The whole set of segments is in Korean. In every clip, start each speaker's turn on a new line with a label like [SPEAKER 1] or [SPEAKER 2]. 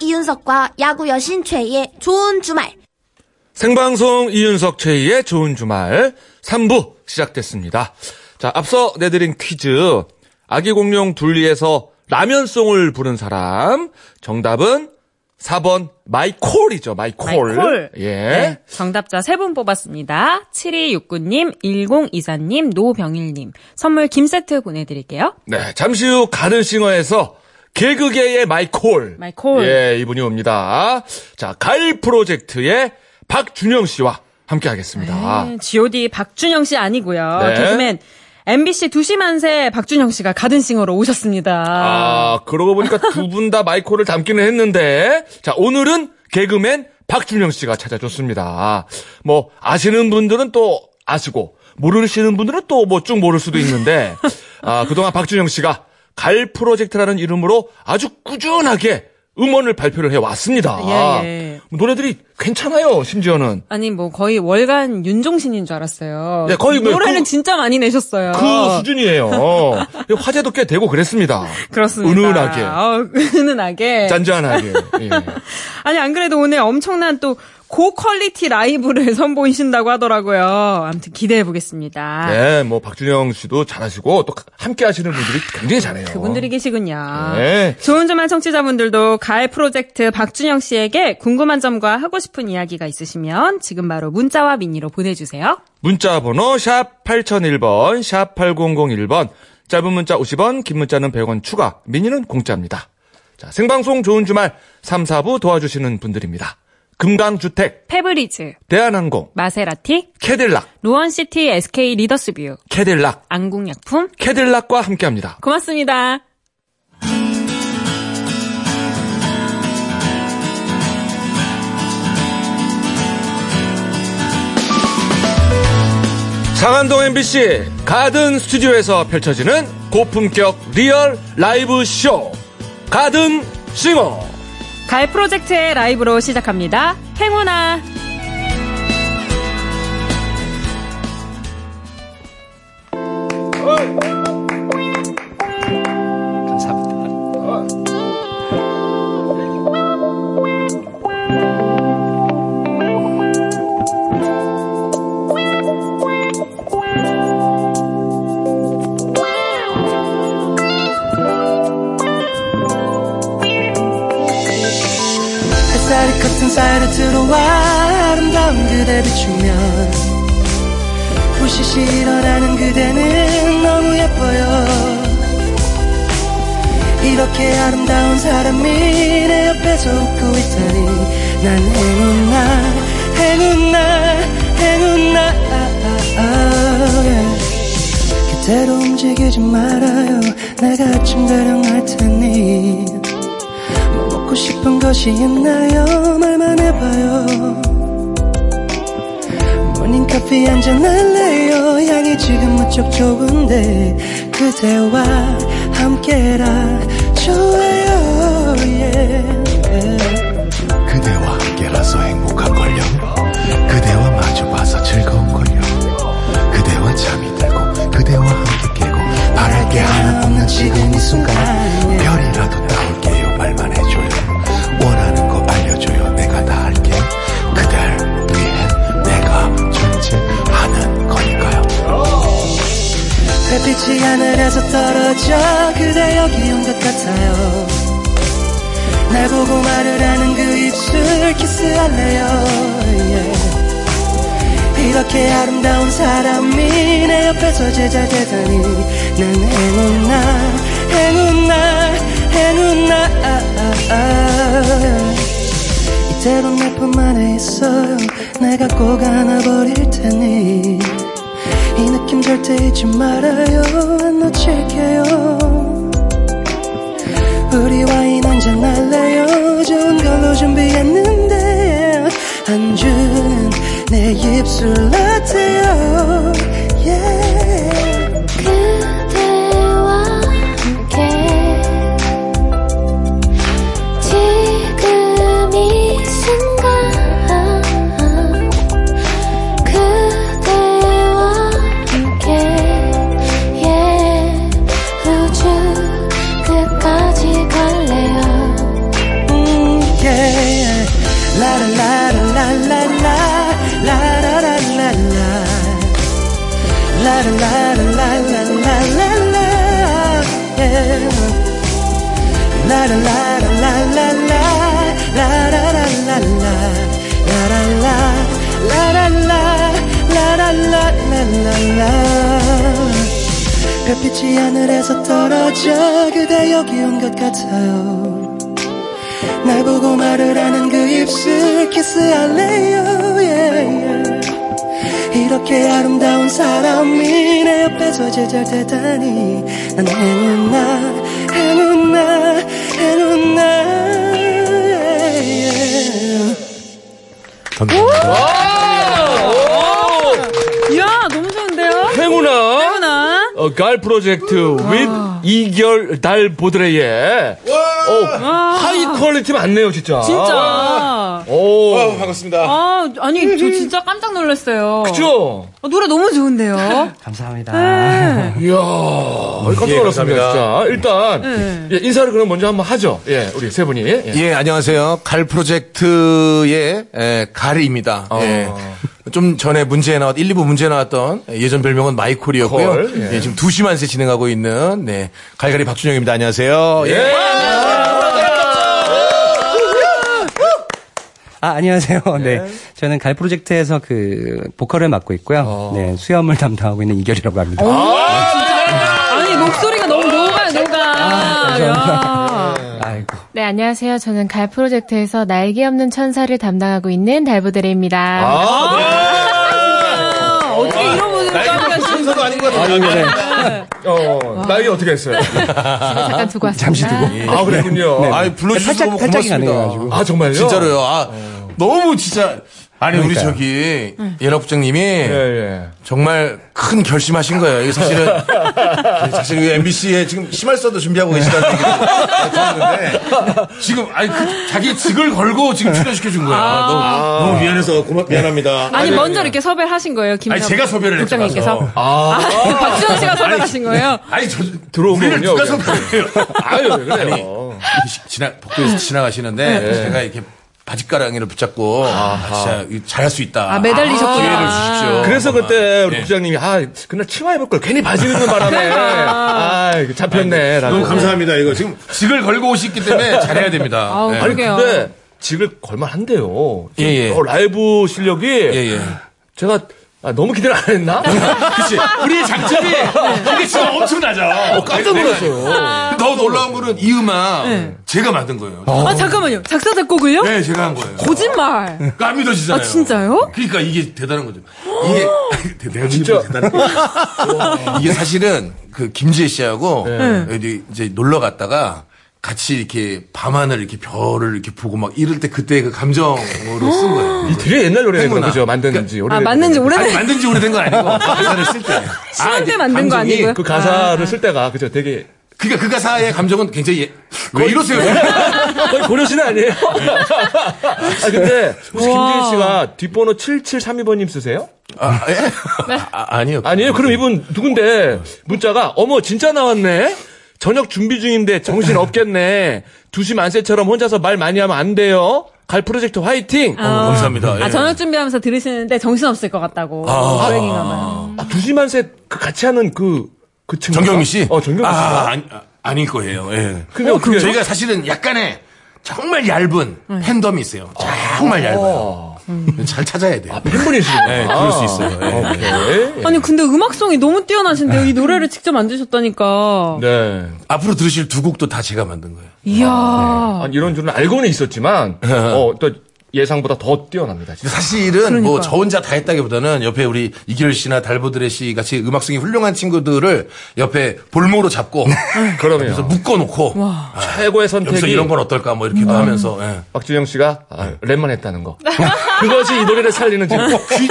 [SPEAKER 1] 이윤석과 야구 여신 최희의 좋은 주말.
[SPEAKER 2] 생방송 이윤석 최희의 좋은 주말 3부 시작됐습니다. 자, 앞서 내드린 퀴즈. 아기 공룡 둘리에서 라면송을 부른 사람. 정답은 4번 마이콜이죠. 마이콜.
[SPEAKER 3] 마이콜.
[SPEAKER 2] 예.
[SPEAKER 3] 네, 정답자 3분 뽑았습니다. 7269님, 1024님, 노병일님. 선물 김세트 보내드릴게요.
[SPEAKER 2] 네, 잠시 후 가든싱어에서 개그계의 마이콜.
[SPEAKER 3] 마이콜.
[SPEAKER 2] 예, 이분이 옵니다. 자, 갈 프로젝트의 박준영 씨와 함께 하겠습니다.
[SPEAKER 3] 네, G.O.D. 박준영 씨 아니고요.
[SPEAKER 2] 아. 네.
[SPEAKER 3] 개그맨 MBC 2시 만세 박준영 씨가 가든싱어로 오셨습니다.
[SPEAKER 2] 아, 그러고 보니까 두 분 다 마이콜을 담기는 했는데, 자, 오늘은 개그맨 박준영 씨가 찾아줬습니다. 뭐, 아시는 분들은 또 아시고, 모르시는 분들은 또 뭐 쭉 모를 수도 있는데, 아, 그동안 박준영 씨가 갈 프로젝트라는 이름으로 아주 꾸준하게 음원을 발표를 해왔습니다.
[SPEAKER 3] 예, 예.
[SPEAKER 2] 뭐 노래들이 괜찮아요, 심지어는.
[SPEAKER 3] 아니 뭐 거의 월간 윤종신인 줄 알았어요.
[SPEAKER 2] 네, 거의 뭐
[SPEAKER 3] 노래는
[SPEAKER 2] 그-
[SPEAKER 3] 진짜 많이 내셨어요.
[SPEAKER 2] 그 수준이에요. 화제도 꽤 되고 그랬습니다.
[SPEAKER 3] 그렇습니다.
[SPEAKER 2] 은은하게.
[SPEAKER 3] 어, 은은하게.
[SPEAKER 2] 짠짠하게. 예.
[SPEAKER 3] 아니 안 그래도 오늘 엄청난 또 고퀄리티 라이브를 선보이신다고 하더라고요. 아무튼 기대해 보겠습니다.
[SPEAKER 2] 네, 뭐 박준영 씨도 잘하시고 또 함께 하시는 분들이 굉장히 잘해요.
[SPEAKER 3] 아, 그분들이 아. 계시군요.
[SPEAKER 2] 어. 네.
[SPEAKER 3] 좋은 조만 청취자분들도 가을 프로젝트 박준영 씨에게 궁금한 점과 하고 싶은 이야기가 있으시면 지금 바로 문자와 미니로 보내주세요.
[SPEAKER 2] 문자 번호 샵 8001번, 샵 8001번. 짧은 문자 50원, 긴 문자는 100원 추가. 미니는 공짜입니다. 자, 생방송 좋은 주말 3, 4부 도와주시는 분들입니다. 금강주택,
[SPEAKER 3] 페브리즈,
[SPEAKER 2] 대한항공,
[SPEAKER 3] 마세라티,
[SPEAKER 2] 캐딜락,
[SPEAKER 3] 루원시티 SK 리더스뷰,
[SPEAKER 2] 캐딜락,
[SPEAKER 3] 안국약품.
[SPEAKER 2] 캐딜락과 함께합니다.
[SPEAKER 3] 고맙습니다.
[SPEAKER 2] 상암동 MBC 가든 스튜디오에서 펼쳐지는 고품격 리얼 라이브 쇼 가든 싱어
[SPEAKER 3] 가을 프로젝트의 라이브로 시작합니다. 행운아.
[SPEAKER 4] 햇살이 커튼 사이로 들어와 아름다운 그대 비추면 부시시 일어나는 그대는 너무 예뻐요 이렇게 아름다운 사람이 내 옆에서 웃고 있다니 난 행운나 행운나 행운나 아, 아, 아, 예. 그대로 움직이지 말아요 내가 침대랑 할 테니 뭐 먹고 싶은 것이 있나요 말만 해봐요 모닝커피 한잔 할래요 향이 지금 무척 좋은데 그대와 함께라 좋아요 yeah.
[SPEAKER 5] 그대와 함께라서 행복한걸요 그대와 마주봐서 즐거운걸요 그대와 잠이 들고 그대와 함께 깨고 바랄 게 하나 없는 지금 이 순간 별이라도 따올게요 말만 해줘요 원하는 거 알려줘요 내가 다 할게 그댈 위해 내가 존재하는 거니까요
[SPEAKER 4] 별빛이 하늘에서 떨어져 그대 여기 온 것 같아요 날 보고 말을 하는 그 입술 키스할래요 예. 이렇게 아름다운 사람이 내 옆에서 제자 되다니 난 행운나 행운나 행운나 아, 아, 아. 이대로 내 품 안에 있어요 내가 꼭 안아버릴 테니 이 느낌 절대 잊지 말아요 안 놓칠게요 우리 와인 한잔 할래요 좋은 걸로 준비했는데 안주는 내 입술 라떼요 yeah.
[SPEAKER 6] 그대와 함께 지금 이 순간 그대와 함께 예 우주
[SPEAKER 4] 그 별빛이 하늘에서 떨어져 그대 여기 온 것 같아요 날 보고 말을 하는 그 입술 키스할래요 yeah, yeah. 이렇게 아름다운 사람이 내 옆에서 제절되다니 난 해누나 해누나 해누나 yeah,
[SPEAKER 7] 감사합니다.
[SPEAKER 3] 이야, 너무 좋은데요?
[SPEAKER 2] 행운아. 아.
[SPEAKER 3] 태훈아.
[SPEAKER 2] 어, 갈 프로젝트 with 이결 달 보드레의 어, 하이 퀄리티 많네요 진짜. 아.
[SPEAKER 3] 진짜.
[SPEAKER 2] 오.
[SPEAKER 8] 어, 반갑습니다.
[SPEAKER 3] 아, 아니, 저 진짜 깜짝 놀랐어요.
[SPEAKER 2] 그죠?
[SPEAKER 3] 어, 노래 너무 좋은데요? 네.
[SPEAKER 4] 감사합니다
[SPEAKER 2] 이야, 깜짝
[SPEAKER 8] 예,
[SPEAKER 2] 놀랐습니다, 진짜.
[SPEAKER 8] 감사합니다.
[SPEAKER 2] 일단,
[SPEAKER 3] 네.
[SPEAKER 2] 예, 인사를 그럼 먼저 한번 하죠. 예, 우리 세 분이. 예.
[SPEAKER 7] 예, 안녕하세요. 갈 프로젝트의 에, 갈입니다. 예. 좀 전에 문제에 나왔, 1, 2부 문제에 나왔던 예전 별명은 마이콜이었고요.
[SPEAKER 2] 콜, 예.
[SPEAKER 7] 예, 지금 2시만 세 진행하고 있는 네, 갈갈이 박준영입니다. 안녕하세요. 예.
[SPEAKER 9] 아, 안녕하세요.
[SPEAKER 7] 예.
[SPEAKER 9] 네. 저는 갈 프로젝트에서 그 보컬을 맡고 있고요.
[SPEAKER 7] 어.
[SPEAKER 9] 네, 수염을 담당하고 있는 이결이라고 합니다.
[SPEAKER 3] 아니, 목소리가 너무 녹아요, 녹아. 야.
[SPEAKER 7] 예.
[SPEAKER 9] 아이고.
[SPEAKER 10] 네, 안녕하세요. 저는 갈 프로젝트에서 날개 없는 천사를 담당하고 있는 달보드레입니다.
[SPEAKER 3] 아, 어떻게 이런 분을 까먹었지?
[SPEAKER 8] 순서도 아닌 것 같은데.
[SPEAKER 2] 네. 어, 나이 어떻게 했어요?
[SPEAKER 10] 잠깐 두고 왔습니다. 잠시 두고.
[SPEAKER 2] 아, 그랬군요.
[SPEAKER 7] 아이, 불러주셔서
[SPEAKER 9] 살짝-
[SPEAKER 7] 너무
[SPEAKER 9] 살짝이
[SPEAKER 7] 고맙습니다.
[SPEAKER 9] 가능해가지고.
[SPEAKER 2] 아, 정말요?
[SPEAKER 7] 진짜로요. 아, 너무 진짜. 아니, 우리
[SPEAKER 9] 그러니까요.
[SPEAKER 7] 저기, 예락부장님이
[SPEAKER 2] 예, 예.
[SPEAKER 7] 정말 큰 결심하신 거예요. 이게 사실은 사실 MBC에 지금 심할서도 준비하고 계시다는 얘기를 들었는데 지금 아니 그 자기 직을 걸고 지금 출연시켜 준 거예요. 아, 너무,
[SPEAKER 8] 너무 미안해서 고맙
[SPEAKER 2] 네.
[SPEAKER 8] 미안합니다.
[SPEAKER 3] 아니, 먼저 이렇게 섭외를 하신 거예요, 김
[SPEAKER 7] 아니 제가 섭외를 했죠.
[SPEAKER 3] 국장님께서.
[SPEAKER 7] 가서.
[SPEAKER 3] 아, 박준영 씨가 섭외를 하신 거예요?
[SPEAKER 7] 아니 저
[SPEAKER 2] 들어오면요.
[SPEAKER 7] 우리를 누가 섭외해요?
[SPEAKER 2] 아유, 왜 그래요?
[SPEAKER 7] 지나 복도에서 지나가시는데 제가 이렇게 바지가랑이를 붙잡고 아, 진짜 이거 잘할 수 있다.
[SPEAKER 3] 아, 매달리셨구나.
[SPEAKER 7] 기회를 주십시오.
[SPEAKER 2] 그래서 그때 우리
[SPEAKER 7] 예.
[SPEAKER 2] 부장님이, 아, 그날 치마 입을 걸 괜히 바지 입는 바람에. 아, 이거 잡혔네. 라고.
[SPEAKER 8] 너무 감사합니다. 이거 지금
[SPEAKER 7] 직을 걸고 오시기 때문에 잘해야 됩니다.
[SPEAKER 3] 아우,
[SPEAKER 7] 네.
[SPEAKER 2] 아니,
[SPEAKER 3] 그러게요.
[SPEAKER 2] 근데 직을 걸만 한데요.
[SPEAKER 7] 예, 예.
[SPEAKER 2] 어, 라이브 실력이.
[SPEAKER 7] 예 예.
[SPEAKER 2] 제가 아, 너무 기대를 안 했나? 네.
[SPEAKER 7] 그치. 우리의 장점이 이게 진짜 엄청나죠.
[SPEAKER 2] 어,
[SPEAKER 7] 네,
[SPEAKER 2] 깜짝 놀랐어요.
[SPEAKER 7] 더 놀라운 거는 이 음악 제가 만든 거예요.
[SPEAKER 3] 네. 아, 잠깐만요. 작사, 작곡을요?
[SPEAKER 7] 네, 제가 한 거예요.
[SPEAKER 3] 거짓말.
[SPEAKER 7] 그러니까 안 믿어지잖아요.
[SPEAKER 3] 아, 진짜요?
[SPEAKER 7] 그러니까 이게 대단한 거죠. 이게 내가 진짜 대단한 거 이게 사실은 그 김지혜 씨하고
[SPEAKER 3] 네.
[SPEAKER 7] 네. 어디 이제 놀러 갔다가 같이 이렇게 밤하늘 이렇게 별을 이렇게 보고 막 이럴 때 그때 그 감정으로
[SPEAKER 3] 어?
[SPEAKER 7] 쓴 거예요.
[SPEAKER 2] 이 되게 옛날 노래네요.
[SPEAKER 7] 행운아.
[SPEAKER 2] 그죠? 만든지.
[SPEAKER 3] 아, 맞는지
[SPEAKER 7] 아니
[SPEAKER 3] 오래된,
[SPEAKER 7] 만든 지 오래된 건 아니고 가사를 쓸 때.
[SPEAKER 3] 시간 때 만든 거
[SPEAKER 7] 감정이
[SPEAKER 3] 아니고요? 네.
[SPEAKER 2] 그 가사를 쓸 때가, 그죠? 되게.
[SPEAKER 7] 그러니까 그 가사의 감정은 굉장히 예- 왜
[SPEAKER 3] 네.
[SPEAKER 7] 이러세요?
[SPEAKER 2] 거의 고려신 아니에요? 아, 근데, 혹시 김지혜 씨가 뒷번호 7732번님 쓰세요?
[SPEAKER 7] 아,
[SPEAKER 3] 네.
[SPEAKER 7] 예? 아, 아니요.
[SPEAKER 2] 아니에요. 그럼 이분 누군데 문자가 어머 진짜 나왔네. 저녁 준비 중인데 정신 없겠네. 두시 만세처럼 혼자서 말 많이 하면 안 돼요. 갈 프로젝트 화이팅.
[SPEAKER 7] 어, 감사합니다. 예.
[SPEAKER 3] 아, 저녁 준비하면서 들으시는데 정신없을 것 같다고.
[SPEAKER 7] 아.
[SPEAKER 3] 고백인가 봐요.
[SPEAKER 2] 아, 두시 만세 그 같이 하는 그그 친구.
[SPEAKER 7] 정경미 씨?
[SPEAKER 2] 어 정경미 씨.
[SPEAKER 7] 아, 아니, 아, 아닐 거예요. 예.
[SPEAKER 2] 근데 어떻게 해요?
[SPEAKER 7] 저희가 사실은 약간의 정말 얇은 팬덤이 있어요. 정말 얇아요. 음. 잘 찾아야 돼요.
[SPEAKER 2] 팬분이시구나.
[SPEAKER 7] 예, 네. 그럴 수 있어요. 예.
[SPEAKER 2] 오케이.
[SPEAKER 3] 아니, 근데 음악성이 너무 뛰어나신데요. 이 노래를 직접 만드셨다니까.
[SPEAKER 2] 네.
[SPEAKER 7] 앞으로 들으실 두 곡도 다 제가 만든 거예요.
[SPEAKER 3] 이야.
[SPEAKER 2] 아니, 이런 줄은 알고는 있었지만 어, 또 예상보다 더 뛰어납니다. 진짜.
[SPEAKER 7] 사실은 뭐 저 혼자 다 했다기보다는 옆에 우리 이결 씨나 달보드레 씨 같이 음악성이 훌륭한 친구들을 옆에 볼모로 잡고
[SPEAKER 2] 그러면
[SPEAKER 7] 그래서 묶어놓고 아,
[SPEAKER 2] 최고의
[SPEAKER 7] 여기서
[SPEAKER 2] 선택이
[SPEAKER 7] 이런 건 어떨까 뭐 이렇게도 하면서 예.
[SPEAKER 2] 박준영 씨가
[SPEAKER 7] 네.
[SPEAKER 2] 아, 랩만 했다는 거. 그것이 이 노래를 살리는 지
[SPEAKER 7] 어, 귀-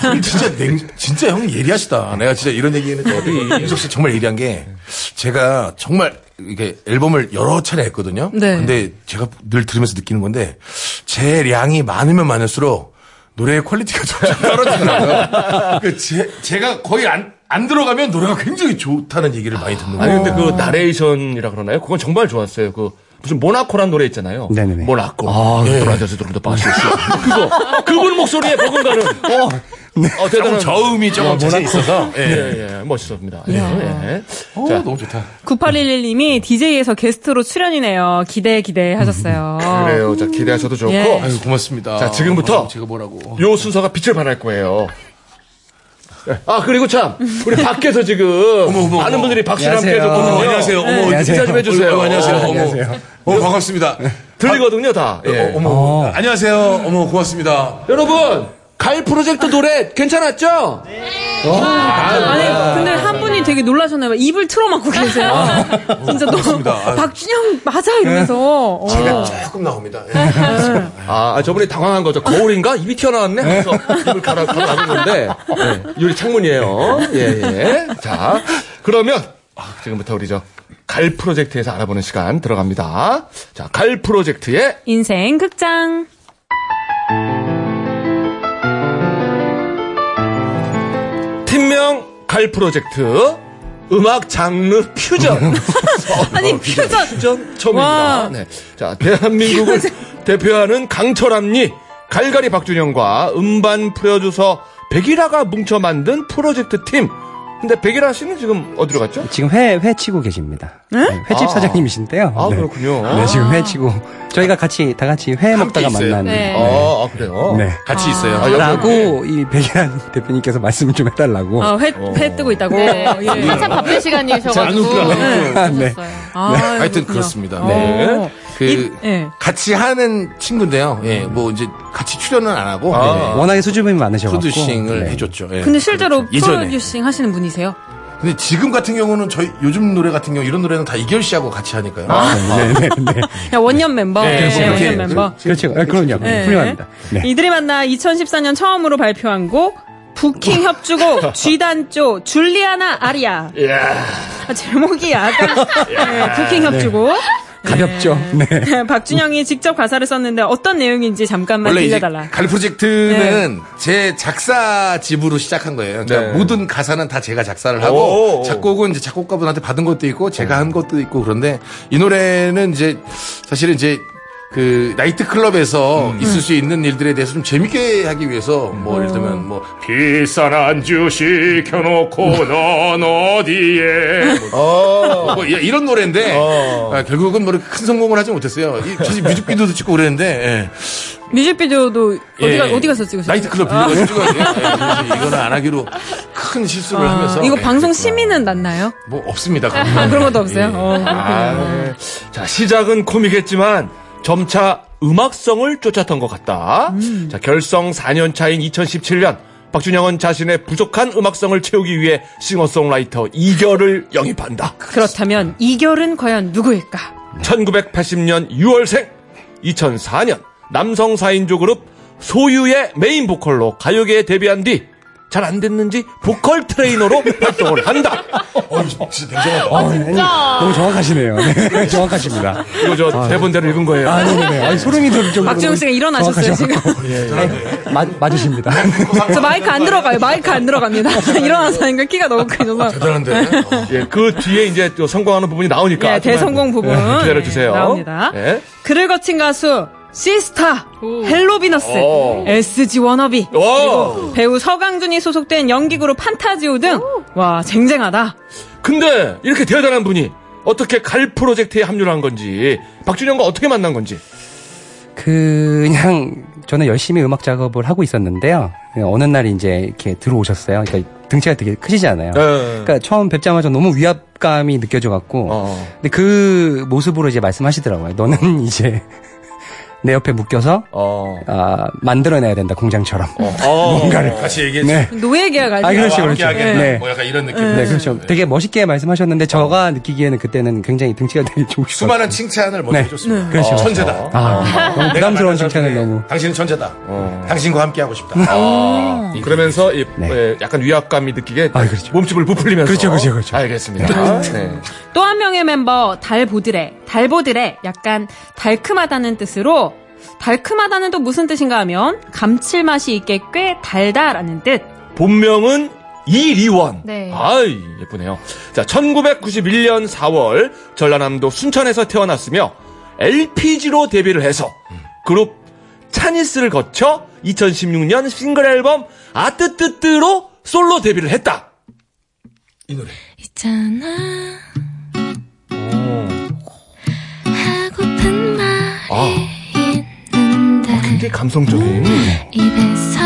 [SPEAKER 7] 형 진짜 냉, 진짜 형 예리하시다. 내가 진짜 이런 얘기는 저도 윤석 씨 정말 예리한 게 제가 정말 이게 앨범을 여러 차례 했거든요.
[SPEAKER 3] 네.
[SPEAKER 7] 근데 제가 늘 들으면서 느끼는 건데 제 양이 많으면 많을수록 노래의 퀄리티가 점점 떨어지더라고요. 그 제, 제가 거의 안, 안 들어가면 노래가 굉장히 좋다는 얘기를 많이 듣는
[SPEAKER 2] 아니
[SPEAKER 7] 거예요.
[SPEAKER 2] 근데 그 나레이션이라 그러나요? 그건 정말 좋았어요. 그 무슨 모나코란 노래 있잖아요. 예.
[SPEAKER 9] 네네네.
[SPEAKER 2] 모나코. 아, 돌아져서 돌도 빠졌어. 그거 그분 목소리에 버금가는. 어,
[SPEAKER 7] 조금
[SPEAKER 2] 대단한.
[SPEAKER 7] 저음이 조금 네. 자세 있어서. 예.
[SPEAKER 2] 예, 예, 멋있습니다. 예, 예.
[SPEAKER 7] 오,
[SPEAKER 2] 자,
[SPEAKER 7] 너무 좋다.
[SPEAKER 3] 9811님이 DJ에서 게스트로 출연이네요. 기대 기대 하셨어요.
[SPEAKER 2] 그래요. 자, 기대하셔도 좋고.
[SPEAKER 3] 예.
[SPEAKER 7] 아유, 고맙습니다.
[SPEAKER 2] 자, 지금부터.
[SPEAKER 7] 아유, 제가 뭐라고.
[SPEAKER 2] 요 순서가 빛을 발할 거예요. 예. 아, 그리고 참, 우리 밖에서 지금
[SPEAKER 7] 어머,
[SPEAKER 2] 많은
[SPEAKER 7] 어머.
[SPEAKER 2] 분들이 박수를 함께
[SPEAKER 9] 안녕하세요.
[SPEAKER 2] 해줬거든요. 네.
[SPEAKER 7] 어, 안녕하세요. 어머,
[SPEAKER 2] 인사 좀 해주세요.
[SPEAKER 7] 어머, 안녕하세요.
[SPEAKER 2] 어,
[SPEAKER 7] 어머. 어머, 반갑습니다.
[SPEAKER 2] 들리거든요, 다. 예.
[SPEAKER 7] 어, 어머. 안녕하세요. 어머, 고맙습니다.
[SPEAKER 2] 여러분, 가을 프로젝트 노래 괜찮았죠?
[SPEAKER 3] 아니 근데 한 분이 되게 놀라셨나요? 입을 틀어막고 계세요. 진짜 너무
[SPEAKER 7] 맞습니다. 아, 아유. 네.
[SPEAKER 3] 박준영 맞아 이러면서 어.
[SPEAKER 7] 조금 나옵니다. 예.
[SPEAKER 2] 아, 저분이 당황한 거죠. 거울인가? 입이 튀어나왔네? 하면서 입을 갈아, 갈아봤는데, 예, 유리 창문이에요. 예, 예. 자, 그러면, 아, 지금부터 우리 저 갈 프로젝트에서 알아보는 시간 들어갑니다. 자, 갈 프로젝트의
[SPEAKER 3] 인생 극장.
[SPEAKER 2] 팀명 갈 프로젝트 음악 장르 퓨전. 어,
[SPEAKER 3] 아니 퓨전.
[SPEAKER 2] 퓨전 처음입니다.
[SPEAKER 3] 와.
[SPEAKER 2] 네. 자, 대한민국을 대표하는 강철암리 갈갈이 박준영과 음반 프로듀서 백일아가 뭉쳐 만든 프로젝트 팀. 근데 백일아 씨는 지금 어디로 갔죠?
[SPEAKER 9] 지금 회, 회 치고 계십니다. 네,
[SPEAKER 2] 아.
[SPEAKER 9] 회집 사장님이신데요.
[SPEAKER 2] 아,
[SPEAKER 9] 네.
[SPEAKER 2] 그렇군요.
[SPEAKER 9] 네, 지금 회 치고. 저희가 같이, 다 같이 회 먹다가
[SPEAKER 7] 있어요.
[SPEAKER 9] 만난.
[SPEAKER 3] 네.
[SPEAKER 2] 아, 아, 그래요?
[SPEAKER 9] 네.
[SPEAKER 7] 같이 있어요.
[SPEAKER 2] 아, 여기-
[SPEAKER 9] 라고, 이 백이란 대표님께서 말씀을 좀 해달라고.
[SPEAKER 3] 어, 회, 회 뜨고 있다고. 예.
[SPEAKER 6] 네. 한참 바쁜
[SPEAKER 7] 안
[SPEAKER 6] 시간이셔가지고.
[SPEAKER 7] 웃겨.
[SPEAKER 9] 네.
[SPEAKER 3] 아,
[SPEAKER 7] 하여튼
[SPEAKER 3] 그렇군요.
[SPEAKER 7] 그렇습니다.
[SPEAKER 3] 어.
[SPEAKER 7] 네. 그
[SPEAKER 3] 입- 예.
[SPEAKER 7] 같이 하는 친구인데요. 예, 뭐 이제 같이 출연은 안 하고
[SPEAKER 2] 아.
[SPEAKER 7] 네,
[SPEAKER 9] 워낙에 수줍음이 많으셔가지고.
[SPEAKER 7] 프로듀싱을
[SPEAKER 9] 네.
[SPEAKER 7] 해줬죠. 예.
[SPEAKER 3] 근데 실제로
[SPEAKER 7] 예전에.
[SPEAKER 3] 프로듀싱 하시는 분이세요?
[SPEAKER 7] 근데 지금 같은 경우는 저희 요즘 노래 같은 경우 이런 노래는 다 이결 씨하고 같이 하니까요. 네.
[SPEAKER 2] 아,
[SPEAKER 3] 야, 원년 멤버. 예,
[SPEAKER 7] 그래서 그렇게-
[SPEAKER 3] 원년 멤버.
[SPEAKER 9] 그렇죠. 네, 그럼요.
[SPEAKER 3] 예.
[SPEAKER 9] 훌륭합니다. 네.
[SPEAKER 3] 이들이 만나 2014년 처음으로 발표한 곡 부킹
[SPEAKER 7] 뭐.
[SPEAKER 3] 협주곡 쥐단조 줄리아나 아리아.
[SPEAKER 2] 예.
[SPEAKER 3] 아, 제목이 약간 예, 부킹 협주곡.
[SPEAKER 9] 가볍죠. 네.
[SPEAKER 3] 박준영이 직접 가사를 썼는데 어떤 내용인지 잠깐만
[SPEAKER 7] 원래 이제
[SPEAKER 3] 들려달라. 네.
[SPEAKER 7] 갈 프로젝트는 제 작사 집으로 시작한 거예요. 그러니까
[SPEAKER 2] 네.
[SPEAKER 7] 모든 가사는 다 제가 작사를 하고
[SPEAKER 2] 오.
[SPEAKER 7] 작곡은 이제 작곡가분한테 받은 것도 있고 제가 한 것도 있고 그런데 이 노래는 이제 사실은 이제 그 나이트 클럽에서 있을 수 있는 일들에 대해서 좀 재밌게 하기 위해서 뭐 예를 들면 뭐 비싼 안주 시켜놓고 넌 어디에 뭐 이- 이런 노래인데 아, 결국은 뭐큰 성공을 하지 못했어요. 이- 사실 뮤직비디오도 찍고 그랬는데 예.
[SPEAKER 3] 뮤직비디오도 어디가, 어디 가서 찍으셨어요?
[SPEAKER 7] 나이트클럽 빌려가지고 찍어야 돼요. 예, 그래서 이거는 안 하기로 큰 실수를
[SPEAKER 3] 아,
[SPEAKER 7] 하면서.
[SPEAKER 3] 이거
[SPEAKER 7] 예,
[SPEAKER 3] 방송
[SPEAKER 7] 그랬구나.
[SPEAKER 3] 심의는 났나요?
[SPEAKER 7] 뭐 없습니다. 그런
[SPEAKER 3] 아,
[SPEAKER 7] 건.
[SPEAKER 3] 그런 것도 없어요?
[SPEAKER 7] 예.
[SPEAKER 3] 어, 그렇군요.
[SPEAKER 2] 아, 자, 시작은 코믹했지만 점차 음악성을 쫓았던 것 같다.
[SPEAKER 3] 음.
[SPEAKER 2] 자, 결성 4년 차인 2017년 박준영은 자신의 부족한 음악성을 채우기 위해 싱어송라이터 이결을 영입한다.
[SPEAKER 3] 그렇다면 이결은 과연 누구일까?
[SPEAKER 2] 1980년 6월생, 2004년 남성 4인조 그룹 소유의 메인 보컬로 가요계에 데뷔한 뒤 잘 안 됐는지 보컬 트레이너로 활동을 한다.
[SPEAKER 7] 어, 진짜 냉정하다.
[SPEAKER 9] 어, 아니, 너무 정확하시네요. 네, 정확하십니다.
[SPEAKER 2] 이거 저
[SPEAKER 3] 네.
[SPEAKER 2] 대본대로 읽은 거예요.
[SPEAKER 9] 아, 네네네. 아니, 소름이 돋을 정도로.
[SPEAKER 3] 박지영 씨가 일어나셨어요, 지금.
[SPEAKER 9] 네, 맞, 맞으십니다.
[SPEAKER 3] 저 마이크 안 들어가요. 마이크 안 들어갑니다. 일어나서 하니까 키가 너무 크셔서. 네.
[SPEAKER 7] 대단한데. 어.
[SPEAKER 2] 예, 그 뒤에 이제 또 성공하는 부분이 나오니까.
[SPEAKER 3] 예, 대성공 부분.
[SPEAKER 2] 기다려 주세요.
[SPEAKER 3] 예, 나옵니다.
[SPEAKER 2] 예.
[SPEAKER 3] 그를 거친 가수 시스타, 헬로비너스,
[SPEAKER 2] 오.
[SPEAKER 3] SG 워너비,
[SPEAKER 2] 오.
[SPEAKER 3] 배우 서강준이 소속된 연기 그룹 판타지오 등 와, 쟁쟁하다.
[SPEAKER 2] 근데 이렇게 대단한 분이 어떻게 갈 프로젝트에 합류를 한 건지, 박준영과 어떻게 만난 건지.
[SPEAKER 9] 그냥 저는 열심히 음악 작업을 하고 있었는데요. 네, 어느 날 이제 이렇게 들어오셨어요. 그러니까 등치가 되게 크시잖아요.
[SPEAKER 7] 네.
[SPEAKER 2] 예.
[SPEAKER 9] 그러니까 처음 뵙자마자 너무 위압감이 느껴져갖고
[SPEAKER 2] 어.
[SPEAKER 9] 근데 그 모습으로 이제 말씀하시더라고요. 너는 이제 내 옆에 묶여서
[SPEAKER 2] 어.
[SPEAKER 9] 아, 만들어내야 된다 공장처럼.
[SPEAKER 2] 뭔가를.
[SPEAKER 7] 어. 같이 얘기해.
[SPEAKER 9] 네.
[SPEAKER 3] 노예 계약
[SPEAKER 9] 아
[SPEAKER 3] 아니에요?
[SPEAKER 9] 그렇죠 그렇죠.
[SPEAKER 7] 함께하게.
[SPEAKER 9] 네.
[SPEAKER 7] 뭐 약간 이런 느낌.
[SPEAKER 9] 네 그렇죠. 되게 멋있게 말씀하셨는데 저가 느끼기에는 그때는 굉장히 등치가 되게 좋으시고.
[SPEAKER 7] 수많은 칭찬을 먼저
[SPEAKER 9] 네.
[SPEAKER 7] 해줬습니다.
[SPEAKER 9] 그렇죠.
[SPEAKER 7] 어, 천재다.
[SPEAKER 9] 아, 너무
[SPEAKER 7] 내가
[SPEAKER 9] 부담스러운
[SPEAKER 7] 만난 사람
[SPEAKER 9] 칭찬을
[SPEAKER 7] 중에
[SPEAKER 9] 너무. 어,
[SPEAKER 7] 당신은 천재다.
[SPEAKER 2] 어.
[SPEAKER 7] 당신과 함께하고 싶다. 어,
[SPEAKER 2] 아, 그러면서 이,
[SPEAKER 9] 네.
[SPEAKER 2] 예, 약간 위압감이 느끼게
[SPEAKER 9] 아, 그렇죠.
[SPEAKER 2] 몸집을 부풀리면서
[SPEAKER 9] 그렇죠, 그렇죠, 그렇죠.
[SPEAKER 2] 알겠습니다. 네.
[SPEAKER 3] 또 한 명의 멤버 달보드레, 달보드레 약간 달큼하다는 뜻으로 달큼하다는 또 무슨 뜻인가 하면 감칠맛이 있게 꽤 달다라는 뜻.
[SPEAKER 2] 본명은 이리원.
[SPEAKER 6] 네.
[SPEAKER 2] 아이, 예쁘네요. 자, 1991년 4월 전라남도 순천에서 태어났으며 LPG로 데뷔를 해서 그룹 차니스를 거쳐 2016년 싱글 앨범 아뜨뜨뜨로 솔로 데뷔를 했다. 이 노래.
[SPEAKER 6] 있잖아 하고픈 말이
[SPEAKER 2] 아.
[SPEAKER 6] 있는데
[SPEAKER 2] 굉장히 감성적인.
[SPEAKER 6] 입에서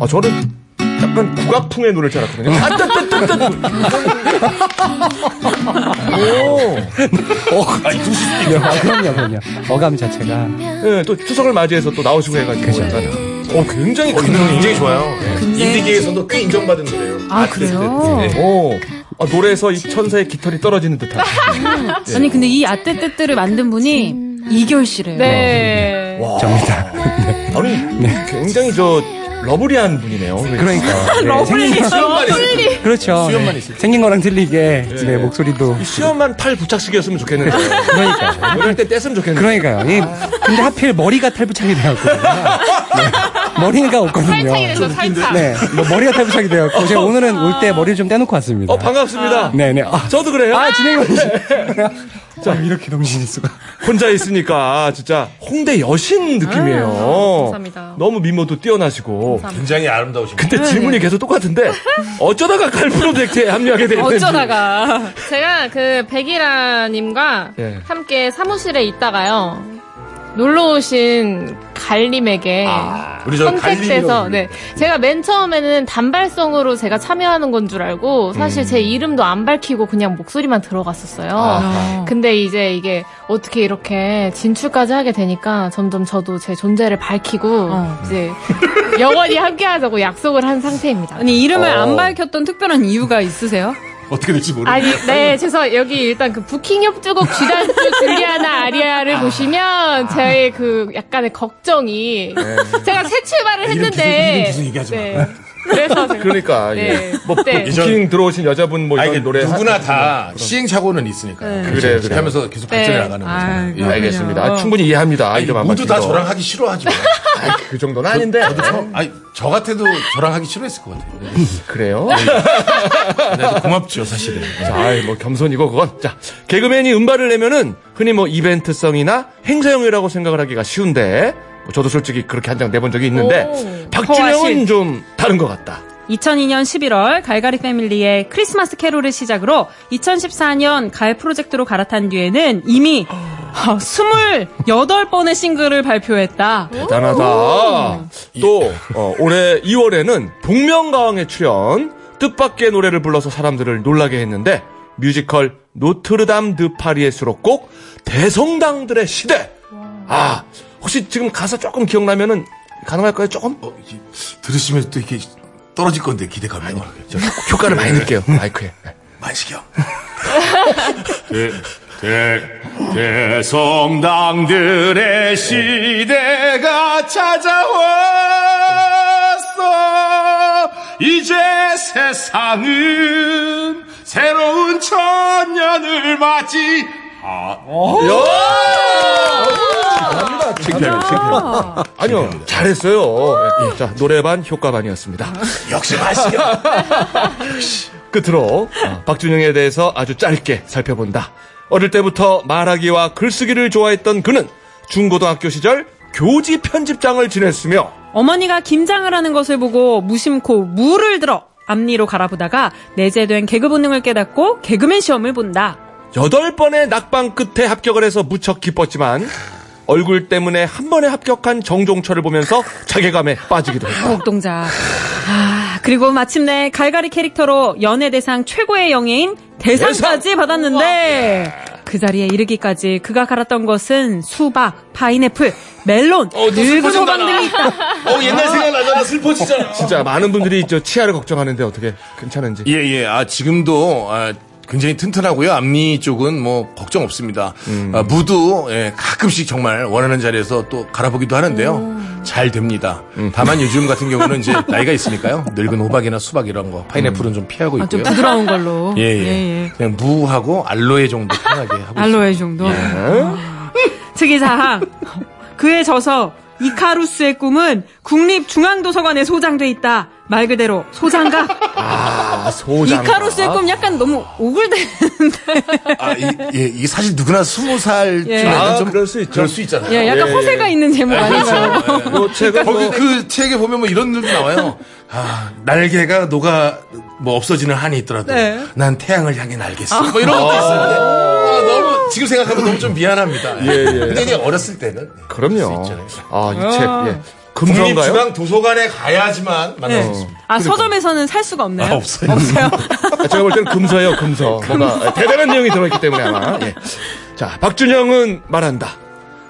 [SPEAKER 2] 아, 저는 약간 국악풍의 노래를 잘 알거든요. 아뜨뜨뜨뜨. 오.
[SPEAKER 9] 아, 그럼요, 그럼요. 어감 자체가.
[SPEAKER 2] 예, 또 추석을 맞이해서 또 나오시고 해가지고 약간. 어, 굉장히 음.
[SPEAKER 7] 어, 이
[SPEAKER 2] 감성-
[SPEAKER 7] 노래 굉장히 좋아요. 예. 인디계에서도 꽤 인정받은 노래예요.
[SPEAKER 3] 아, 그래요?
[SPEAKER 7] 네.
[SPEAKER 2] 오. 아, 노래에서 이 천사의 깃털이 떨어지는 듯한.
[SPEAKER 9] 예.
[SPEAKER 3] 아니 근데 이 아떼떼떼를 만든 분이 이결 씨래요.
[SPEAKER 10] 네.
[SPEAKER 9] 접니다.
[SPEAKER 2] 아니, 굉장히 저 러블리한 분이네요.
[SPEAKER 9] 네. 그러니까.
[SPEAKER 3] 어,
[SPEAKER 9] 네, 생긴,
[SPEAKER 3] 러블리.
[SPEAKER 9] 그렇죠.
[SPEAKER 7] 수염만
[SPEAKER 9] 네.
[SPEAKER 7] 있을 때.
[SPEAKER 9] 생긴 거랑 틀리게. 네, 목소리도.
[SPEAKER 2] 시험만 탈 부착식이었으면 좋겠는데.
[SPEAKER 9] 그러니까.
[SPEAKER 2] 이럴 때 뗐으면 좋겠는데.
[SPEAKER 9] 그러니까요. 이- 근데 하필 머리가 탈부착이 되었거든요. 네. 머리가 없거든요.
[SPEAKER 10] 살창이 됐어, 살창.
[SPEAKER 9] 네. 뭐 머리가 탈부착이 되었고, 제가 오늘은 올 때 머리를 좀 떼놓고 왔습니다.
[SPEAKER 2] 어, 반갑습니다.
[SPEAKER 9] 네네. 아,
[SPEAKER 2] 저도 그래요.
[SPEAKER 9] 아, 진행원이시. 자, 이렇게 동신일 수가.
[SPEAKER 2] 혼자
[SPEAKER 9] 아,
[SPEAKER 2] 있으니까 진짜 홍대 여신 느낌이에요.
[SPEAKER 10] 감사합니다.
[SPEAKER 2] 너무 미모도 뛰어나시고.
[SPEAKER 7] 굉장히 아름다우신 분.
[SPEAKER 2] 근데 질문이 계속 똑같은데 어쩌다가 갈 프로젝트에 합류하게 됐는지.
[SPEAKER 3] 어쩌다가
[SPEAKER 10] 제가 그 백이라님과
[SPEAKER 2] 예.
[SPEAKER 10] 함께 사무실에 있다가요. 놀러 오신 갈림에게
[SPEAKER 7] 아, 우리 저
[SPEAKER 10] 선택돼서
[SPEAKER 7] 갈림이라고
[SPEAKER 10] 네 제가 맨 처음에는 단발성으로 제가 참여하는 건 줄 알고 사실
[SPEAKER 7] 음.
[SPEAKER 10] 제 이름도 안 밝히고 그냥 목소리만 들어갔었어요.
[SPEAKER 7] 아.
[SPEAKER 3] 아.
[SPEAKER 10] 근데 이제 이게 어떻게 이렇게 진출까지 하게 되니까 점점 저도 제 존재를 밝히고
[SPEAKER 3] 어.
[SPEAKER 10] 이제 영원히 함께하자고 약속을 한 상태입니다.
[SPEAKER 3] 아니 이름을
[SPEAKER 2] 어.
[SPEAKER 3] 안 밝혔던 특별한 이유가 있으세요?
[SPEAKER 7] 어떻게 될지 모르겠어요.
[SPEAKER 10] 아니, 네, 죄송 여기 일단 그 부킹 협주곡 귀단 쪽 줄리아나 아리아를 보시면 저의 그 약간의 걱정이 제가 새 출발을
[SPEAKER 7] 네. 이름 기술,
[SPEAKER 10] 했는데
[SPEAKER 7] 이름 기술 얘기하지 마.
[SPEAKER 10] 네. 그래서 제가
[SPEAKER 2] 그러니까
[SPEAKER 10] 네.
[SPEAKER 2] 예. 뭐
[SPEAKER 10] 네.
[SPEAKER 2] 부킹 들어오신 여자분 뭐
[SPEAKER 7] 아,
[SPEAKER 2] 이런
[SPEAKER 7] 이게
[SPEAKER 2] 노래
[SPEAKER 7] 누구나 다 시행착오는 있으니까. 요
[SPEAKER 2] 그래, 그래.
[SPEAKER 7] 그렇게 하면서 계속
[SPEAKER 10] 네.
[SPEAKER 7] 발전해 나가는
[SPEAKER 3] 아,
[SPEAKER 7] 거죠.
[SPEAKER 2] 하-
[SPEAKER 7] 예.
[SPEAKER 2] 알겠습니다.
[SPEAKER 3] 그럼요.
[SPEAKER 2] 아, 충분히 이해합니다. 이름 안
[SPEAKER 7] 모두 다
[SPEAKER 2] 밝힌 거.
[SPEAKER 7] 저랑 하기 싫어하죠.
[SPEAKER 2] 아, 그 정도는 아닌데.
[SPEAKER 7] 저도 저, 네, 그렇죠. 아니, 저 같아도 저랑 하기 싫어했을 것 같아요.
[SPEAKER 2] 그래요?
[SPEAKER 7] 근데 고맙죠, 사실은. 네.
[SPEAKER 2] 자, 아이, 뭐 겸손이고 그건. 자, 개그맨이 음반을 내면은 흔히 뭐 이벤트성이나 행사용이라고 생각을 하기가 쉬운데 뭐 저도 솔직히 그렇게 한 장 내본 적이 있는데
[SPEAKER 10] 오.
[SPEAKER 2] 박준영은
[SPEAKER 3] 허하신.
[SPEAKER 2] 좀 다른 것 같다.
[SPEAKER 3] 2002년 11월 갈가리 패밀리의 크리스마스 캐롤을 시작으로 2014년 갈 프로젝트로 갈아탄 뒤에는 이미 28번의 싱글을 발표했다. 음.
[SPEAKER 2] 대단하다. 또 어, 올해 2월에는 복면가왕에 출연 뜻밖의 노래를 불러서 사람들을 놀라게 했는데 뮤지컬 노트르담 드 파리의 수록곡 대성당들의 시대. 아 혹시 지금 가사 조금 기억나면은 가능할까요? 조금
[SPEAKER 7] 어, 이게 들으시면 또 이게 떨어질 건데 기대감이. 아니, 저,
[SPEAKER 2] 효과를 많이 느껴요 마이크에.
[SPEAKER 7] 만식이 형.
[SPEAKER 5] 대성당들의 시대가 찾아왔어 이제 세상은 새로운 천년을 맞이
[SPEAKER 2] 아니요 잘했어요. 예, 자 노래반 효과반이었습니다.
[SPEAKER 7] 역시 만식이 형.
[SPEAKER 2] 끝으로 어, 박준영에 대해서 아주 짧게 살펴본다. 어릴 때부터 말하기와 글쓰기를 좋아했던 그는 중고등학교 시절 교지 편집장을 지냈으며
[SPEAKER 3] 어머니가 김장을 하는 것을 보고 무심코 무를 들어 앞니로 갈아보다가 내재된 개그 본능을 깨닫고 개그맨 시험을 본다.
[SPEAKER 2] 여덟 번의 낙방 끝에 합격을 해서 무척 기뻤지만 얼굴 때문에 한 번에 합격한 정종철을 보면서 자괴감에 빠지기도 했다.
[SPEAKER 3] 목동자. 아, 그리고 마침내 갈갈이 캐릭터로 연예대상 최고의 영예인 대상까지 받았는데 그 자리에 이르기까지 그가 갈았던 것은 수박, 파인애플, 멜론, 늙은 호박 등이 있다.
[SPEAKER 7] 어, 옛날 생각나잖아. 슬퍼지잖아.
[SPEAKER 2] 진짜 많은 분들이 저 치아를 걱정하는데 어떻게 괜찮은지.
[SPEAKER 7] 예, 예. 아, 지금도, 아, 굉장히 튼튼하고요. 앞니 쪽은 뭐, 걱정 없습니다.
[SPEAKER 2] 음.
[SPEAKER 7] 아, 무도, 예, 가끔씩 정말 원하는 자리에서 또 갈아보기도 하는데요. 잘 됩니다.
[SPEAKER 2] 음.
[SPEAKER 7] 다만 요즘 같은 경우는 이제 나이가 있으니까요. 늙은 호박이나 수박 이런 거, 파인애플은 좀 피하고
[SPEAKER 3] 아, 좀
[SPEAKER 7] 있고요.
[SPEAKER 3] 부드러운 걸로.
[SPEAKER 7] 예, 예. 그냥 무하고 알로에 정도 편하게 하고 있습니다.
[SPEAKER 3] 알로에 정도. 아. 특이사항. 그의 저서 이카루스의 꿈은 국립중앙도서관에 소장돼 있다. 말 그대로 소장갑.
[SPEAKER 2] 아, 소장.
[SPEAKER 3] 이카로스의 꿈 약간 너무 오글대는데.
[SPEAKER 7] 아, 이, 예, 이게 사실 누구나 스무 살
[SPEAKER 3] 예.
[SPEAKER 7] 쯤에는
[SPEAKER 2] 아,
[SPEAKER 7] 좀
[SPEAKER 2] 그럴 수 있죠.
[SPEAKER 7] 그럴 수 있잖아요.
[SPEAKER 3] 예, 약간
[SPEAKER 2] 예,
[SPEAKER 3] 허세가
[SPEAKER 2] 예.
[SPEAKER 3] 있는 제목 아닌가요?
[SPEAKER 2] 요 책은
[SPEAKER 7] 거기
[SPEAKER 2] 뭐,
[SPEAKER 7] 그 책에 보면 뭐 이런 일도 나와요. 아, 날개가 녹아 뭐 없어지는 한이 있더라도
[SPEAKER 3] 네.
[SPEAKER 7] 난 태양을 향해 날겠어. 뭐 이런 것도 있었는데 아, 너무 지금 생각하면 너무 좀 미안합니다.
[SPEAKER 2] 예, 예.
[SPEAKER 7] 근데 이제 어렸을 때는
[SPEAKER 2] 그럼요.
[SPEAKER 7] 수 있잖아요.
[SPEAKER 2] 아, 이 책, 예. 금서인가요?
[SPEAKER 7] 국립중앙 도서관에 가야지만 만날 수 있습니다.
[SPEAKER 3] 아, 서점에서는 살 수가 없네요.
[SPEAKER 7] 아, 네. 없어요.
[SPEAKER 2] 아, 제가 볼 때는 금서예요, 금서. 뭔가 대단한 내용이 들어있기 때문에 아마. 예. 자, 박준영은 말한다.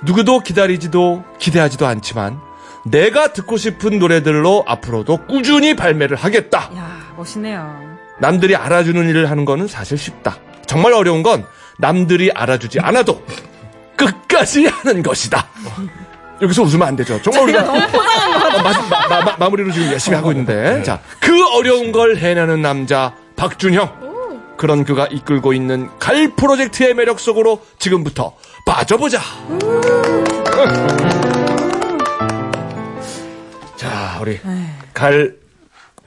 [SPEAKER 2] 누구도 기다리지도 기대하지도 않지만 내가 듣고 싶은 노래들로 앞으로도 꾸준히 발매를 하겠다.
[SPEAKER 3] 야, 멋있네요.
[SPEAKER 2] 남들이 알아주는 일을 하는 거는 사실 쉽다. 정말 어려운 건 남들이 알아주지 않아도 끝까지 하는 것이다. 여기서 웃으면 안 되죠. 정말 우리가 어, 마, 마, 마, 마무리로 지금 열심히 하고 있는데
[SPEAKER 7] 네.
[SPEAKER 2] 자 그 어려운 걸 해내는 남자 박준형 그런 그가 이끌고 있는 갈 프로젝트의 매력 속으로 지금부터 빠져보자. 자 우리 갈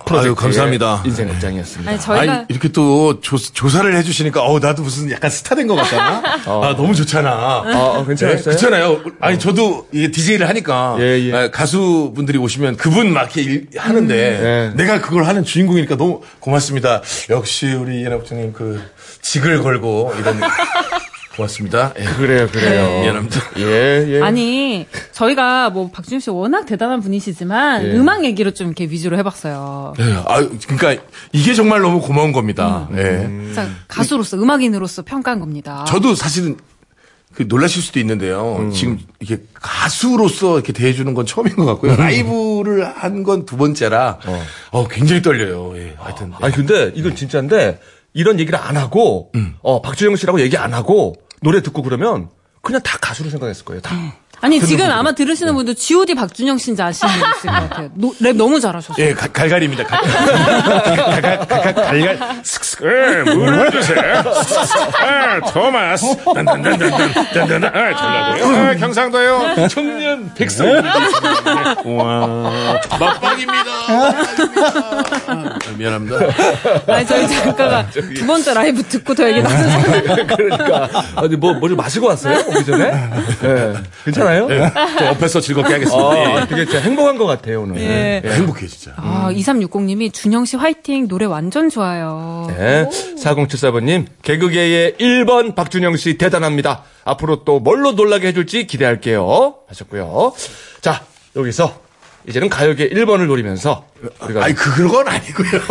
[SPEAKER 2] 프로젝트
[SPEAKER 7] 아, 감사합니다.
[SPEAKER 2] 인생 극장이었습니다.
[SPEAKER 3] 아니, 저희가
[SPEAKER 7] 아니, 이렇게 또 조, 조사를 해주시니까, 어 나도 무슨 약간 스타 된 것 같잖아? 아, 너무 좋잖아.
[SPEAKER 2] 어, 어, 괜찮았어요?
[SPEAKER 7] 네, 그렇잖아요. 아니, 저도 이게 DJ를 하니까,
[SPEAKER 2] 예, 예.
[SPEAKER 7] 아, 가수분들이 오시면 그분 막 이렇게 일- 하는데,
[SPEAKER 2] 예.
[SPEAKER 7] 내가 그걸 하는 주인공이니까 너무 고맙습니다. 역시 우리 이현아 부장님 그, 직을 걸고, 이런. 고맙습니다. 예.
[SPEAKER 2] 그래요, 그래요.
[SPEAKER 7] 미안합니다.
[SPEAKER 2] 예, 예.
[SPEAKER 3] 아니 저희가 뭐 박준영 씨 워낙 대단한 분이시지만
[SPEAKER 2] 예.
[SPEAKER 3] 음악 얘기로 좀 이렇게 위주로 해봤어요.
[SPEAKER 7] 예, 아, 그러니까 이게 정말 너무 고마운
[SPEAKER 2] 음.
[SPEAKER 7] 겁니다. 예.
[SPEAKER 3] 자, 가수로서 음악인으로서 평가한 겁니다.
[SPEAKER 7] 저도 사실은 그 놀라실 수도 있는데요.
[SPEAKER 2] 음.
[SPEAKER 7] 지금 이게 가수로서 이렇게 대해주는 건 처음인 것 같고요. 라이브를 한 건 두 번째라 어. 굉장히 떨려요. 예, 하여튼
[SPEAKER 2] 아니 근데 이건 진짜인데 이런 얘기를 안 하고 어 박주영 씨라고 얘기 안 하고 노래 듣고 그러면 그냥 다 가수로 생각했을 거예요. 다.
[SPEAKER 3] 아니 지금 아마 들으시는 분들 G.O.D 박준영 씨인지 아시는 분 있을 것 같아요. 노- 랩 너무 잘하셨어요.
[SPEAKER 7] 예, 가- 갈갈입니다. 갈갈. 갈갈, 갈갈, 갈갈. 슥슥. 예, 물을 주세요. 아, 토마스. 단단단단단. 단단. 아, 전라도요. 아, 경상도요. 청년 백성. 와. 막방입니다. 아, 미안합니다.
[SPEAKER 3] 아니 저희 작가가 두 번째 라이브 듣고 더 얘기 나누자.
[SPEAKER 2] 그러니까 아니 뭐 뭐 좀 마시고 왔어요 오기 전에? 예. 괜찮아요?
[SPEAKER 7] 예, 저 옆에서 즐겁게 하겠습니다. 예, 예.
[SPEAKER 2] 아 되게 진짜 행복한 것 같아요 오늘.
[SPEAKER 3] 예.
[SPEAKER 2] 예.
[SPEAKER 7] 행복해 진짜.
[SPEAKER 3] 아 2360님이 준영 씨 화이팅 노래 완전 좋아요.
[SPEAKER 2] 네. 4074번님, 개그계의 1번 박준영 씨 대단합니다. 앞으로 또 뭘로 놀라게 해줄지 기대할게요. 하셨고요. 자, 여기서 이제는 가요계 1번을 노리면서 우리가
[SPEAKER 7] 아니 그건 아니고요.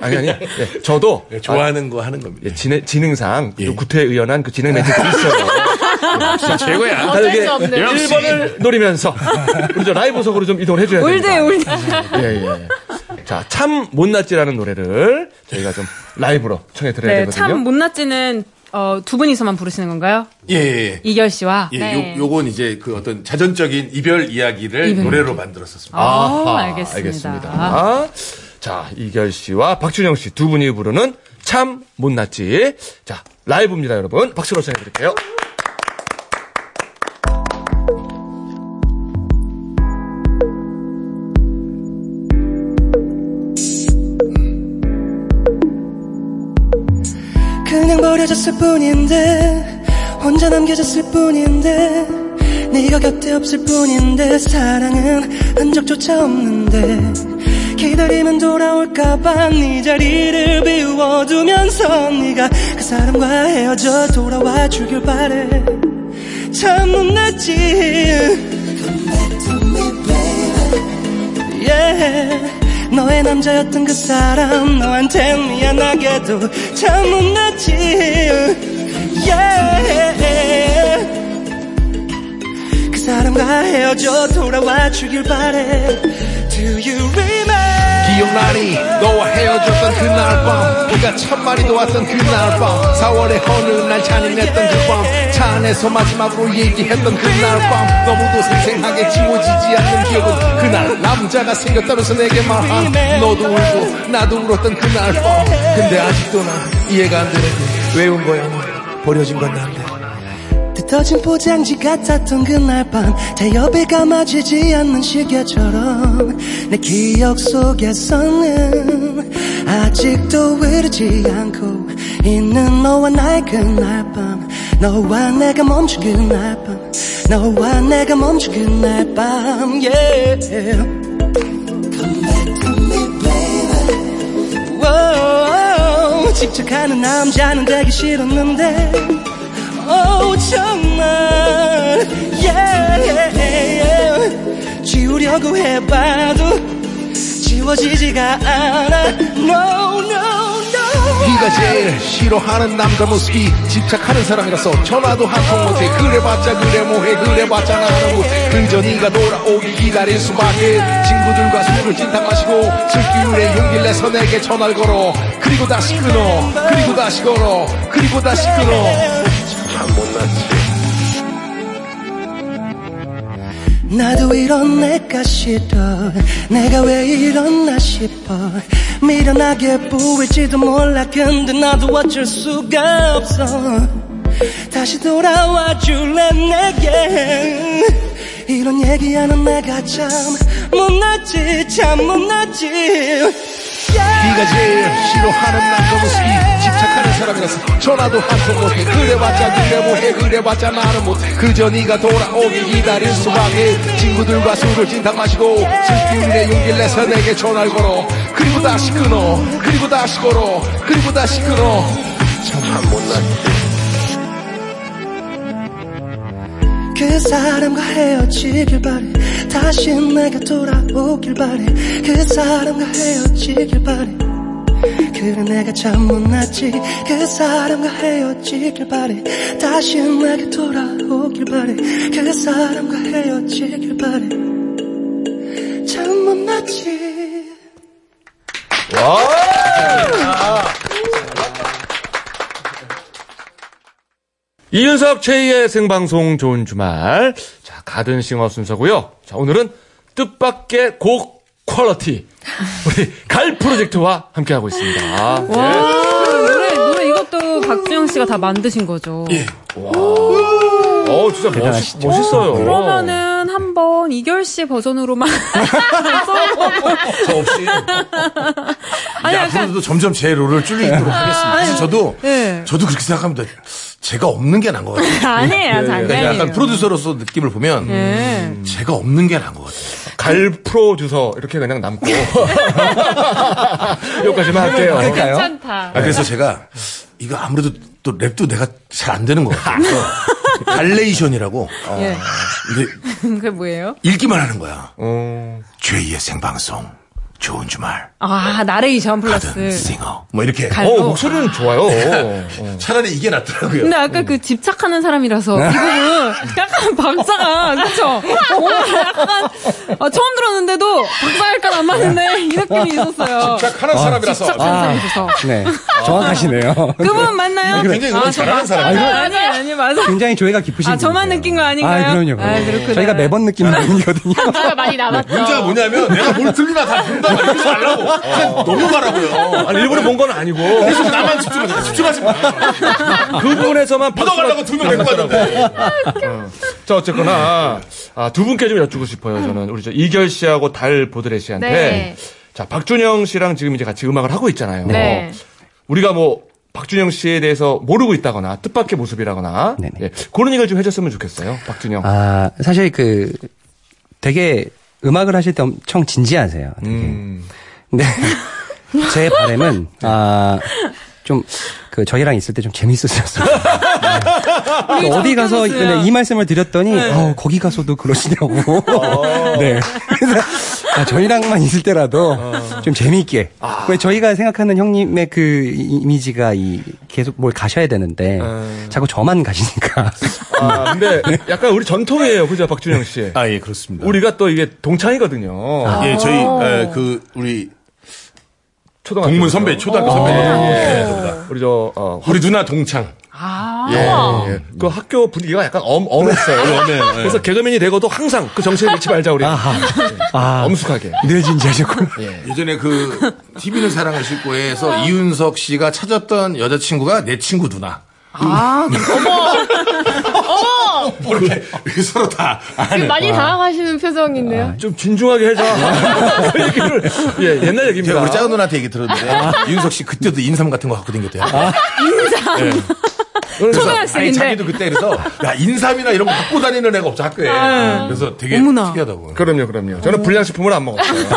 [SPEAKER 2] 아니 아니. 예, 저도
[SPEAKER 7] 예, 좋아하는 거 하는 겁니다.
[SPEAKER 2] 예, 진행, 진행상
[SPEAKER 7] 예.
[SPEAKER 2] 또 구태의연한 그 진행 멘트도 있어요.
[SPEAKER 7] 최고야.
[SPEAKER 2] 아, 네.
[SPEAKER 10] 어쩔
[SPEAKER 7] 네,
[SPEAKER 10] 수 없는.
[SPEAKER 7] 예,
[SPEAKER 2] 1번을 노리면서 우리 저 라이브 속으로 좀 이동을 해줘야
[SPEAKER 3] 올드
[SPEAKER 2] 됩니다.
[SPEAKER 3] 올드.
[SPEAKER 2] 예, 예. 자, 참 못났지라는 노래를 저희가 좀 라이브로 청해드려야
[SPEAKER 3] 네,
[SPEAKER 2] 되거든요.
[SPEAKER 3] 참 못났지는 어, 두 분이서만 부르시는 건가요?
[SPEAKER 7] 예, 예. 예.
[SPEAKER 3] 이결 씨와.
[SPEAKER 7] 예,
[SPEAKER 10] 네.
[SPEAKER 7] 요, 요건 이제 그 어떤 자전적인 이별 이야기를
[SPEAKER 3] 이별
[SPEAKER 7] 노래로 만들었었습니다.
[SPEAKER 3] 아,
[SPEAKER 2] 아하,
[SPEAKER 3] 알겠습니다.
[SPEAKER 2] 알겠습니다. 자, 이결 씨와 박준영 씨 두 분이 부르는 참 못났지. 자, 라이브입니다, 여러분. 박수로 시작해드릴게요.
[SPEAKER 4] 그냥 버려졌을 뿐인데 혼자 남겨졌을 뿐인데 네가 곁에 없을 뿐인데 사랑은 흔적조차 없는데 기다리면 돌아올까봐 네 자리를 비워두면서 네가 그 사람과 헤어져 돌아와 주길 바래 참 못났지 yeah. 너의 남자였던 그 사람 너한텐 미안하게도 참 못났지 yeah. 그 사람과 헤어져 돌아와 주길 바래 Do you remember
[SPEAKER 5] 기억나니 너와 헤어졌던 그날 밤 비가 천 마리도 왔던 그날 밤 4월의 어느 날 잔인했던 그밤차 안에서 마지막으로 얘기했던 그날 밤 너무도 생생하게 지워지지 않는 기억은 그날 남자가 생겼다면서 내게 말한 너도 울고 나도 울었던 그날 밤 근데 아직도 난 이해가 안 되는데 왜 운 거야 버려진 건 난데
[SPEAKER 4] The 터진 포장지 같았던 그날 밤 태엽이가 맞이지 않는 시계처럼 내 기억 속에서는 아직도 흐르지 않고 있는 너와 나의 그날 밤 너와 내가 멈춘 그날 밤 너와 내가 멈춘 그날 밤 yeah. Whoa, 집착하는 남자는 되기 싫었는데 Oh 정말 yeah. 지우려고 해봐도 지워지지가 않아 No no no
[SPEAKER 5] 네가 제일 싫어하는 남자 모습이 집착하는 사람이라서 전화도 한 통 못해 그래봤자 그래 뭐해 그래봤자 나는 못해 그저 네가 돌아오길 기다릴 수밖에 예, 친구들과 술을 진탕 마시고 술기운에 용기를 내서 내게 전화를 걸어 그리고 다시 끊어 그리고 다시 걸어 그리고 다시 끊어
[SPEAKER 4] 나도 이런 내가 싫어 내가 왜 이러나 싶어 미련하게 보일지도 몰라 근데 나도 어쩔 수가 없어 다시 돌아와 줄래 내게 이런 얘기하는 내가 참 못났지 참 못났지
[SPEAKER 5] 네가 제일 싫어하는 남자 모습이 집착하는 사람이라서 전화도 한 통 못해 그래봤자 그래 뭐해 그래봤자 나는 못해 그저 네가 돌아오길 기다릴 수밖에 친구들과 술을 진탕 마시고 술기운에 용기를 내서 내게 전화를 걸어 그리고 다시 끊어 그리고 다시 걸어 그리고 다시 끊어 참한 못난
[SPEAKER 4] 그 사람과 헤어지길 바래 다시 내가 돌아오길 바래 그 사람과 헤어지길 바래 그래 내가 참 못났지 그 사람과 헤어지길 바래 다시 내가 돌아오길 바래 그 사람과 헤어지길 바래 참 못났지
[SPEAKER 2] 이윤석 최희의 생방송 좋은 주말. 자, 가든싱어 순서고요. 자, 오늘은 뜻밖의 곡 퀄러티. 우리 갈 프로젝트와 함께하고 있습니다.
[SPEAKER 3] 와, 아, 노래, 노래 이것도 박주영 씨가 다 만드신 거죠.
[SPEAKER 7] 예.
[SPEAKER 2] 어, 진짜 멋있, 멋있어요.
[SPEAKER 3] 그러면은 한번 이결 씨 버전으로만
[SPEAKER 7] 저 없이
[SPEAKER 3] 아니,
[SPEAKER 7] 이제
[SPEAKER 3] 약간- 아,
[SPEAKER 7] 앞으로도 점점 제 롤을 줄이도록 하겠습니다. 사실 저도
[SPEAKER 3] 네.
[SPEAKER 7] 저도 그렇게 생각합니다. 제가 없는 게 나은 것 같아요.
[SPEAKER 3] 아니에요,
[SPEAKER 7] 그러니까
[SPEAKER 3] 장난이에요.
[SPEAKER 7] 약간 프로듀서로서 느낌을 보면
[SPEAKER 3] 네.
[SPEAKER 7] 제가 없는 게 나은 것 같아요.
[SPEAKER 2] 갈 프로듀서 이렇게 그냥 남고 여기까지만 할게요.
[SPEAKER 3] 그러니까
[SPEAKER 10] 괜찮다.
[SPEAKER 7] 아,
[SPEAKER 3] 네.
[SPEAKER 7] 그래서 제가 이거 아무래도 또 랩도 내가 잘 안 되는 것 같아요. 그래서 갈레이션이라고 어,
[SPEAKER 3] 예.
[SPEAKER 7] 근데
[SPEAKER 3] 음, 그게 뭐예요?
[SPEAKER 7] 읽기만 하는 거야.
[SPEAKER 2] 어,
[SPEAKER 7] 죄의 생방송 좋은 주말
[SPEAKER 3] 아, 나레이션
[SPEAKER 7] 가든
[SPEAKER 3] 플러스.
[SPEAKER 7] 싱어 뭐 이렇게
[SPEAKER 3] 갈-
[SPEAKER 2] 어, 목소리는 좋아요. 어.
[SPEAKER 7] 차라리 이게 낫더라고요.
[SPEAKER 3] 근데 아까 그 집착하는 사람이라서
[SPEAKER 7] 네.
[SPEAKER 3] 이 부분 약간 박자가 그쵸? 뭔가 약간 아, 처음 들었는데도 박자 약간 안 맞는데 이 느낌이 있었어요.
[SPEAKER 7] 하는 사람이라서 아.
[SPEAKER 3] 집착하는 사람이라서.
[SPEAKER 9] 네. 정확하시네요.
[SPEAKER 3] 그분 맞나요?
[SPEAKER 7] 그렇죠. 굉장히 노래 잘하는 사람.
[SPEAKER 3] 아니 아니 아니 맞아.
[SPEAKER 9] 굉장히 조예가 깊으신
[SPEAKER 3] 아 저만
[SPEAKER 9] 분이세요.
[SPEAKER 3] 느낀 거 아닌가요?
[SPEAKER 9] 아, 그럼요.
[SPEAKER 3] 아,
[SPEAKER 9] 그럼요.
[SPEAKER 3] 그렇구나.
[SPEAKER 9] 저희가 매번 느끼는 분이거든요.
[SPEAKER 10] 문제가 많이 남았죠.
[SPEAKER 7] 문제가 뭐냐면 내가 뭘 틀리나 다 본다 막 이러지 말라고 너무 말하고요.
[SPEAKER 2] 아니, 일부러 본 건 아니고
[SPEAKER 7] 계속 나만 집중하자. 집중하지 마.
[SPEAKER 2] 그 부분에서만
[SPEAKER 7] 묻어가려고 두명 데리고 왔는데.
[SPEAKER 2] 어. 자 어쨌거나 아, 두 분께 좀 여쭙고 싶어요. 저는 우리 저 이결 씨하고 달 보드레 씨한테
[SPEAKER 10] 네.
[SPEAKER 2] 자 박준영 씨랑 지금 이제 같이 음악을 하고 있잖아요.
[SPEAKER 10] 네.
[SPEAKER 2] 우리가 뭐 박준영 씨에 대해서 모르고 있다거나 뜻밖의 모습이라거나
[SPEAKER 9] 네네.
[SPEAKER 2] 예, 그런 얘기를 좀 해줬으면 좋겠어요. 박준영.
[SPEAKER 9] 아, 사실 그 되게 음악을 하실 때 엄청 진지하세요. 되게.
[SPEAKER 2] 음.
[SPEAKER 9] 근데 제 바람은 아, 좀 그 저희랑 있을 때 좀 재밌으셨어요. 네. 어디 가서
[SPEAKER 3] 웃겼어요.
[SPEAKER 9] 네, 이 말씀을 드렸더니 어, 거기 가서도 그러시냐고. 네. 그래서 아, 저희랑만 있을 때라도 좀 재미있게. 왜 저희가 생각하는 형님의 그 이- 이미지가 이 계속 뭘 가셔야 되는데 자꾸 저만 가시니까.
[SPEAKER 2] 아, 근데 약간 우리 전통이에요. 그죠, 박준영 씨.
[SPEAKER 7] 아, 예, 그렇습니다.
[SPEAKER 2] 우리가 또 이게 동창이거든요.
[SPEAKER 9] 아,
[SPEAKER 3] 아.
[SPEAKER 7] 예, 저희, 에, 그, 우리,
[SPEAKER 2] 초등학교.
[SPEAKER 7] 동문 선배, 초등학교 선배님. 예, 저보다.
[SPEAKER 2] 우리 저, 어,
[SPEAKER 7] 우리 누나 동창.
[SPEAKER 10] 아.
[SPEAKER 2] 예, 예. 그 학교 분위기가 약간 엄, 엄했어요.
[SPEAKER 7] 엄해요, 예.
[SPEAKER 2] 그래서 개그맨이 되고도 항상 그 정신을 잃지 말자, 우리. 예.
[SPEAKER 9] 아,
[SPEAKER 2] 엄숙하게.
[SPEAKER 9] 늘 진지하셨구나.
[SPEAKER 7] 예전에 그, TV는 사랑을 싣고에서 이윤석 씨가 찾았던 여자친구가 내 친구 누나.
[SPEAKER 3] 아, 어머.
[SPEAKER 7] 이렇게 서로 다 아는.
[SPEAKER 10] 많이 당황하시는 표정인데요.
[SPEAKER 2] 좀 진중하게 해자. 그 얘기를 예, 옛날 얘기입니다.
[SPEAKER 7] 제가 우리 작은 누나한테 얘기 들었는데 윤석 씨 그때도 인삼 같은 거 갖고 댕겼대요.
[SPEAKER 2] 그래서
[SPEAKER 7] 아니,
[SPEAKER 3] 아, 초등학생인데.
[SPEAKER 7] 자기도 그때 그래서 야 인삼이나 이런 거 갖고 다니는 애가 없어 학교에. 그래서 되게
[SPEAKER 3] 아. 어머나.
[SPEAKER 7] 특이하다고.
[SPEAKER 2] 그럼요, 그럼요. 저는 불량식품을 안 먹었어요.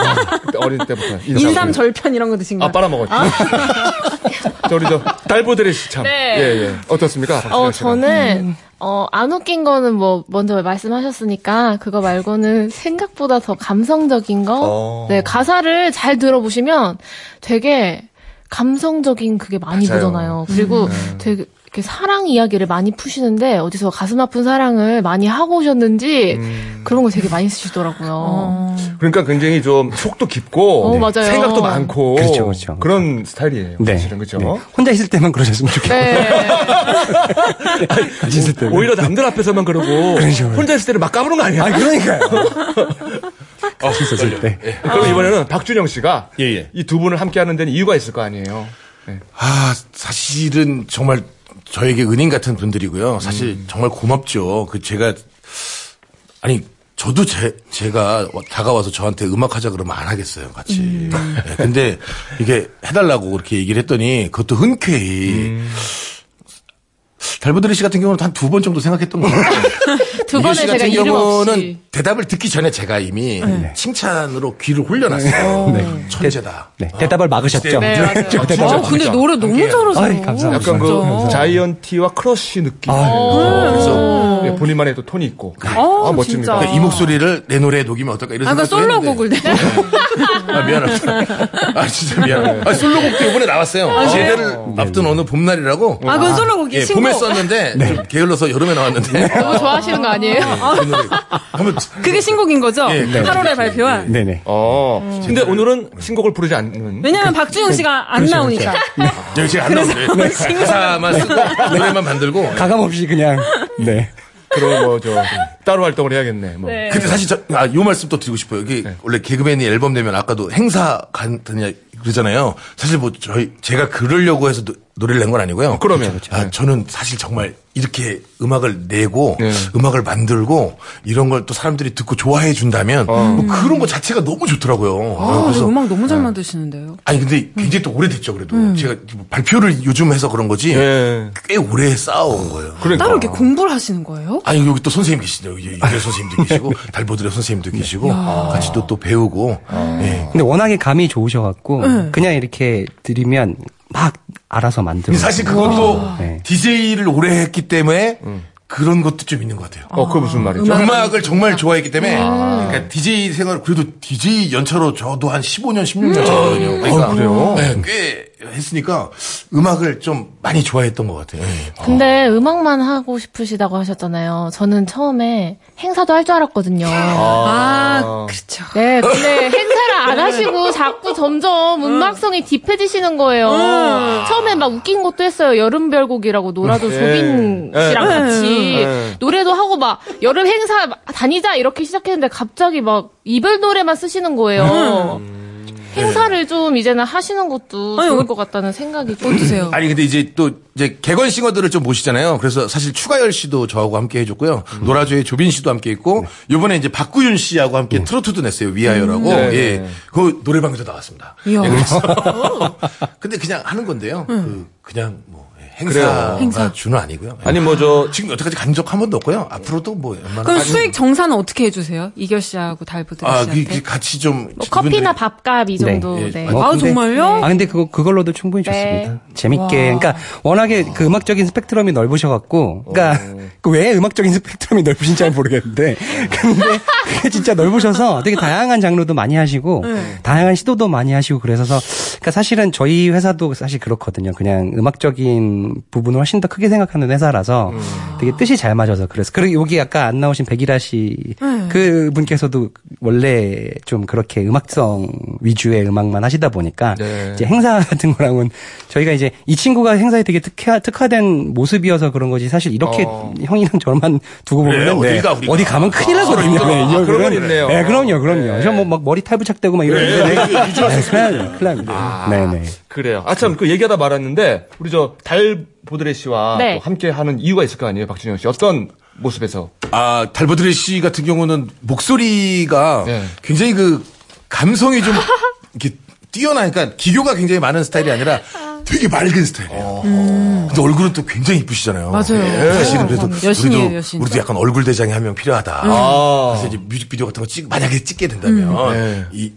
[SPEAKER 2] 그때 어릴 때부터.
[SPEAKER 3] 인삼 절편 이런 거 드신 거.
[SPEAKER 2] 아, 빨아먹었죠. 저 우리 저, 달보드레시 참.
[SPEAKER 10] 네.
[SPEAKER 2] 예, 예. 어떻습니까?
[SPEAKER 10] 어,
[SPEAKER 2] 음.
[SPEAKER 10] 저는, 어, 안 웃긴 거는 뭐, 먼저 말씀하셨으니까, 그거 말고는 생각보다 더 감성적인 거?
[SPEAKER 2] 어.
[SPEAKER 10] 네, 가사를 잘 들어보시면 되게 감성적인 그게 많이
[SPEAKER 2] 맞아요. 음.
[SPEAKER 10] 묻어나요. 그리고 되게, 이렇게 사랑 이야기를 많이 푸시는데, 어디서 가슴 아픈 사랑을 많이 하고 오셨는지,
[SPEAKER 2] 음.
[SPEAKER 10] 그런 거 되게 많이 쓰시더라고요.
[SPEAKER 2] 그러니까 굉장히 좀 속도 깊고 네.
[SPEAKER 10] 어, 맞아요.
[SPEAKER 2] 생각도 많고
[SPEAKER 9] 그렇죠, 그렇죠.
[SPEAKER 2] 런 스타일이에요.
[SPEAKER 9] 네.
[SPEAKER 2] 사실은 그렇죠.
[SPEAKER 9] 네. 혼자 있을 때만 그러셨으면 좋겠고.
[SPEAKER 10] 네.
[SPEAKER 9] 같이 있을 때.
[SPEAKER 2] 오히려 남들 앞에서만 그러고
[SPEAKER 9] 그렇죠.
[SPEAKER 2] 혼자 있을 때는 막 까부는 거 아니야?
[SPEAKER 9] 아, 그러니까요.
[SPEAKER 2] 같이
[SPEAKER 9] 있었을 때.
[SPEAKER 2] 아, 그럼 이번에는 박준영 씨가
[SPEAKER 7] 예, 예.
[SPEAKER 2] 이 두 분을 함께 하는 데는 이유가 있을 거 아니에요.
[SPEAKER 7] 아 사실은 정말 저에게 은인 같은 분들이고요. 사실
[SPEAKER 10] 음.
[SPEAKER 7] 정말 고맙죠. 그 제가 아니 저도 제 제가 와- 다가와서 저한테 음악 하자 그러면 안 하겠어요, 같이.
[SPEAKER 10] 음.
[SPEAKER 7] 네, 근데 이게 해달라고 그렇게 얘기를 했더니 그것도 흔쾌히.
[SPEAKER 10] 음.
[SPEAKER 7] 달보드리 씨 같은 경우는 한 두 번 정도 생각했던 것 같아요.
[SPEAKER 10] 두
[SPEAKER 7] 이규
[SPEAKER 10] 번에
[SPEAKER 7] 씨
[SPEAKER 10] 제가 네.
[SPEAKER 7] 같은
[SPEAKER 10] 이름
[SPEAKER 7] 경우는
[SPEAKER 10] 없이.
[SPEAKER 7] 대답을 듣기 전에 제가 이미 칭찬으로 귀를 홀려놨어요. 천재다.
[SPEAKER 9] 네, 대답을 막으셨죠.
[SPEAKER 10] 네, 맞아요.
[SPEAKER 9] 저 대답을
[SPEAKER 3] 아, 근데
[SPEAKER 7] 진짜. 그러니까. 예.
[SPEAKER 3] 노래 너무 잘하세요.
[SPEAKER 9] 아이, 감사합니다.
[SPEAKER 2] 약간 그 자이언티와 크러쉬 느낌. 어, 그래서 예, 본인만의 또 톤이 있고.
[SPEAKER 3] 어,
[SPEAKER 2] 아, 멋집니다.
[SPEAKER 3] 진짜.
[SPEAKER 7] 그러니까 이 목소리를 내 노래에 녹이면 어떨까 이런
[SPEAKER 3] 아, 까
[SPEAKER 7] 생각도 했는데.
[SPEAKER 3] 솔로곡을 내.
[SPEAKER 7] 아, 미안합니다. 아, 진짜 미안해요. 아, 솔로곡도 이번에 나왔어요. 제대를 앞둔 어느 봄날이라고.
[SPEAKER 3] 아, 그건 솔로곡이
[SPEAKER 7] 예,
[SPEAKER 3] 신곡. 네.
[SPEAKER 7] 봄에 썼는데 좀 게을러서 여름에 나왔는데.
[SPEAKER 10] 너무 좋아하시는 거 아니에요?
[SPEAKER 7] 그 노래. 한번
[SPEAKER 3] 그게 신곡인 거죠?
[SPEAKER 7] 예, 네.
[SPEAKER 3] 8월에 발표한.
[SPEAKER 9] 네네.
[SPEAKER 2] 어. 근데 오늘은 신곡을 부르지 않는.
[SPEAKER 3] 왜냐면 박준영 씨가
[SPEAKER 7] 그렇죠,
[SPEAKER 3] 안 나오니까.
[SPEAKER 7] 여기 지금 안 나오는데 가사만 쓰고 노래만 만들고.
[SPEAKER 9] 가감 없이 그냥. 네.
[SPEAKER 2] 그런 뭐 저 따로 활동을 해야겠네. 뭐.
[SPEAKER 7] 근데 사실 저, 아, 요 말씀 또 드리고 싶어요. 이게
[SPEAKER 2] 네.
[SPEAKER 7] 원래 개그맨이 앨범 내면 아까도 행사 간다냐 그러잖아요. 사실 뭐 저희 제가 그러려고 해서 노, 노래를 낸 건 아니고요.
[SPEAKER 2] 어, 그러면. 그쵸, 그쵸.
[SPEAKER 7] 아, 저는 사실 정말 이렇게 음악을 내고
[SPEAKER 2] 네.
[SPEAKER 7] 음악을 만들고 이런 걸 또 사람들이 듣고 좋아해 준다면
[SPEAKER 2] 어.
[SPEAKER 7] 뭐 그런 거 자체가 너무 좋더라고요.
[SPEAKER 3] 아, 근데
[SPEAKER 7] 그래서
[SPEAKER 3] 음악 너무 잘 만드시는데요.
[SPEAKER 7] 아니 근데 굉장히 또 오래됐죠 그래도 제가 뭐 발표를 요즘 해서 그런 거지
[SPEAKER 2] 예.
[SPEAKER 7] 꽤 오래 쌓아온 거예요.
[SPEAKER 2] 그러니까.
[SPEAKER 3] 따로 이렇게 공부를 하시는 거예요?
[SPEAKER 7] 아니 여기 또 선생님 계시죠. 여기 유래 선생님도 계시고 달보드레 선생님도 계시고 아. 같이 또 또 배우고 예.
[SPEAKER 9] 근데 워낙에 감이 좋으셔갖고, 그냥 이렇게 드리면 막 알아서 만들어.
[SPEAKER 7] 사실 그것도
[SPEAKER 9] 네.
[SPEAKER 7] DJ를 오래 했기 때문에 그런 것도 좀 있는 것 음. 같아요.
[SPEAKER 2] 어, 그 무슨 말이죠?
[SPEAKER 7] 음악을 정말 좋아했기 때문에 그러니까 DJ 생활 그래도 DJ 연차로 저도 한 15년 16년 차거든요. 그러니까
[SPEAKER 2] 그래요?
[SPEAKER 7] 예, 꽤 했으니까 음악을 좀 많이 좋아했던 것 같아요. 예.
[SPEAKER 10] 근데 음악만 하고 싶으시다고 하셨잖아요. 저는 처음에 행사도 할 줄 알았거든요.
[SPEAKER 3] 아, 그렇죠.
[SPEAKER 10] 네, 근데 행사를 안 하시고 자꾸 점점 음악성이 딥해지시는 거예요. 처음엔 막 웃긴 것도 했어요. 여름별곡이라고 노라조
[SPEAKER 2] 예.
[SPEAKER 10] 조빈
[SPEAKER 2] 예.
[SPEAKER 10] 씨랑 같이
[SPEAKER 2] 예.
[SPEAKER 10] 노래도 하고 막 여름 행사 다니자 이렇게 시작했는데 갑자기 막 이별 노래만 쓰시는 거예요. 음. 행사를 좀 이제는 하시는 것도
[SPEAKER 3] 음. 아니,
[SPEAKER 10] 좋을
[SPEAKER 3] 어-
[SPEAKER 10] 것 같다는 생각이 좀
[SPEAKER 3] 어떠세요?
[SPEAKER 7] 아니 근데 이제 또 이제 개건 싱어들을 좀 모시잖아요. 그래서 사실 추가열 씨도 저하고 함께 해줬고요. 노라조의 조빈 씨도 함께 있고 이번에 이제 박구윤 씨하고 함께 트로트도 냈어요. 위하여라고.
[SPEAKER 2] 네.
[SPEAKER 7] 예. 그 노래방에도 나왔습니다. 예,
[SPEAKER 3] 이야.
[SPEAKER 7] 그래서 근데 그냥 하는 건데요. 그 그냥 뭐 행사
[SPEAKER 3] 행사.
[SPEAKER 7] 주는 아니고요. 예.
[SPEAKER 2] 아니 뭐 저
[SPEAKER 7] 지금 여태까지 간 적 한 번도 없고요. 앞으로도 뭐 웬만한
[SPEAKER 3] 그럼 수익 정산은 어떻게 해주세요? 이결 씨하고 달보드
[SPEAKER 7] 아,
[SPEAKER 3] 씨한테.
[SPEAKER 7] 그, 그 같이 좀
[SPEAKER 10] 뭐 커피나
[SPEAKER 7] 그분들이-
[SPEAKER 10] 밥값 이 정도.
[SPEAKER 7] 예.
[SPEAKER 10] 네.
[SPEAKER 7] 아,
[SPEAKER 9] 뭐
[SPEAKER 3] 아,
[SPEAKER 9] 근데-
[SPEAKER 3] 정말요?
[SPEAKER 9] 아, 근데 그거, 그걸로도 충분히 좋습니다. 재밌게. 그러니까 워낙에 그 음악적인 스펙트럼이 넓으셔갖고, 그러니까
[SPEAKER 2] 어.
[SPEAKER 9] 그왜 음악적인 스펙트럼이 넓으신지 잘 모르겠는데, 근데 그게 진짜 넓으셔서 되게 다양한 장르도 많이 하시고,
[SPEAKER 2] 네.
[SPEAKER 9] 다양한 시도도 많이 하시고 그래서, 그러니까 사실은 저희 회사도 사실 그렇거든요. 그냥 음악적인 부분을 훨씬 더 크게 생각하는 회사라서
[SPEAKER 2] 음.
[SPEAKER 9] 되게 뜻이 잘 맞아서 그래서. 그리고 여기 아까 안 나오신 백이라 씨,
[SPEAKER 2] 네.
[SPEAKER 9] 그 분께서도 원래 좀 그렇게 음악성 위주의 음악만 하시다 보니까
[SPEAKER 2] 네.
[SPEAKER 9] 이제 행사 같은 거랑은 저희가 이제 이 친구가 행사에 되게 특화, 특화된 모습이어서 그런 거지 사실 이렇게
[SPEAKER 2] 어.
[SPEAKER 9] 형이랑 저만 두고
[SPEAKER 7] 그래요?
[SPEAKER 9] 보면 네,
[SPEAKER 7] 어디가 우리가?
[SPEAKER 9] 어디 가면 큰일
[SPEAKER 5] 그렇죠. 아,
[SPEAKER 9] 나거든요. 네, 이
[SPEAKER 2] 그런 건
[SPEAKER 9] 얼굴은.
[SPEAKER 2] 있네요.
[SPEAKER 9] 네, 그럼요, 그럼요.
[SPEAKER 2] 네.
[SPEAKER 5] 그렇죠. 아.
[SPEAKER 9] 저뭐막 머리 탈부착되고 막 이러는데. 네, 네, 큰일 납니다. 네, 네.
[SPEAKER 2] 그래요. 아, 참, 그 얘기하다 말았는데, 우리 저, 달 보드레 씨와
[SPEAKER 10] 네.
[SPEAKER 2] 또 함께 하는 이유가 있을 거 아니에요, 박준영 씨. 어떤 모습에서?
[SPEAKER 7] 아, 달보드레 씨 같은 경우는 목소리가
[SPEAKER 2] 네.
[SPEAKER 7] 굉장히 그 감성이 좀 이렇게 뛰어나니까 그러니까 기교가 굉장히 많은 스타일이 아니라 되게 맑은
[SPEAKER 9] 어.
[SPEAKER 7] 스타일이에요. 음. 근데 얼굴은 또 굉장히 이쁘시잖아요. 예,
[SPEAKER 3] 맞아요.
[SPEAKER 7] 사실은 그래도
[SPEAKER 3] 그럼요. 여신이에요,
[SPEAKER 7] 우리도
[SPEAKER 3] 여신. 음.
[SPEAKER 7] 우리도 약간 얼굴 대장이 한 명 필요하다.
[SPEAKER 2] 아.
[SPEAKER 7] 그래서 이제 뮤직비디오 같은 거 찍, 만약에
[SPEAKER 9] 음.
[SPEAKER 7] 찍게 된다면
[SPEAKER 2] 네.
[SPEAKER 7] 이,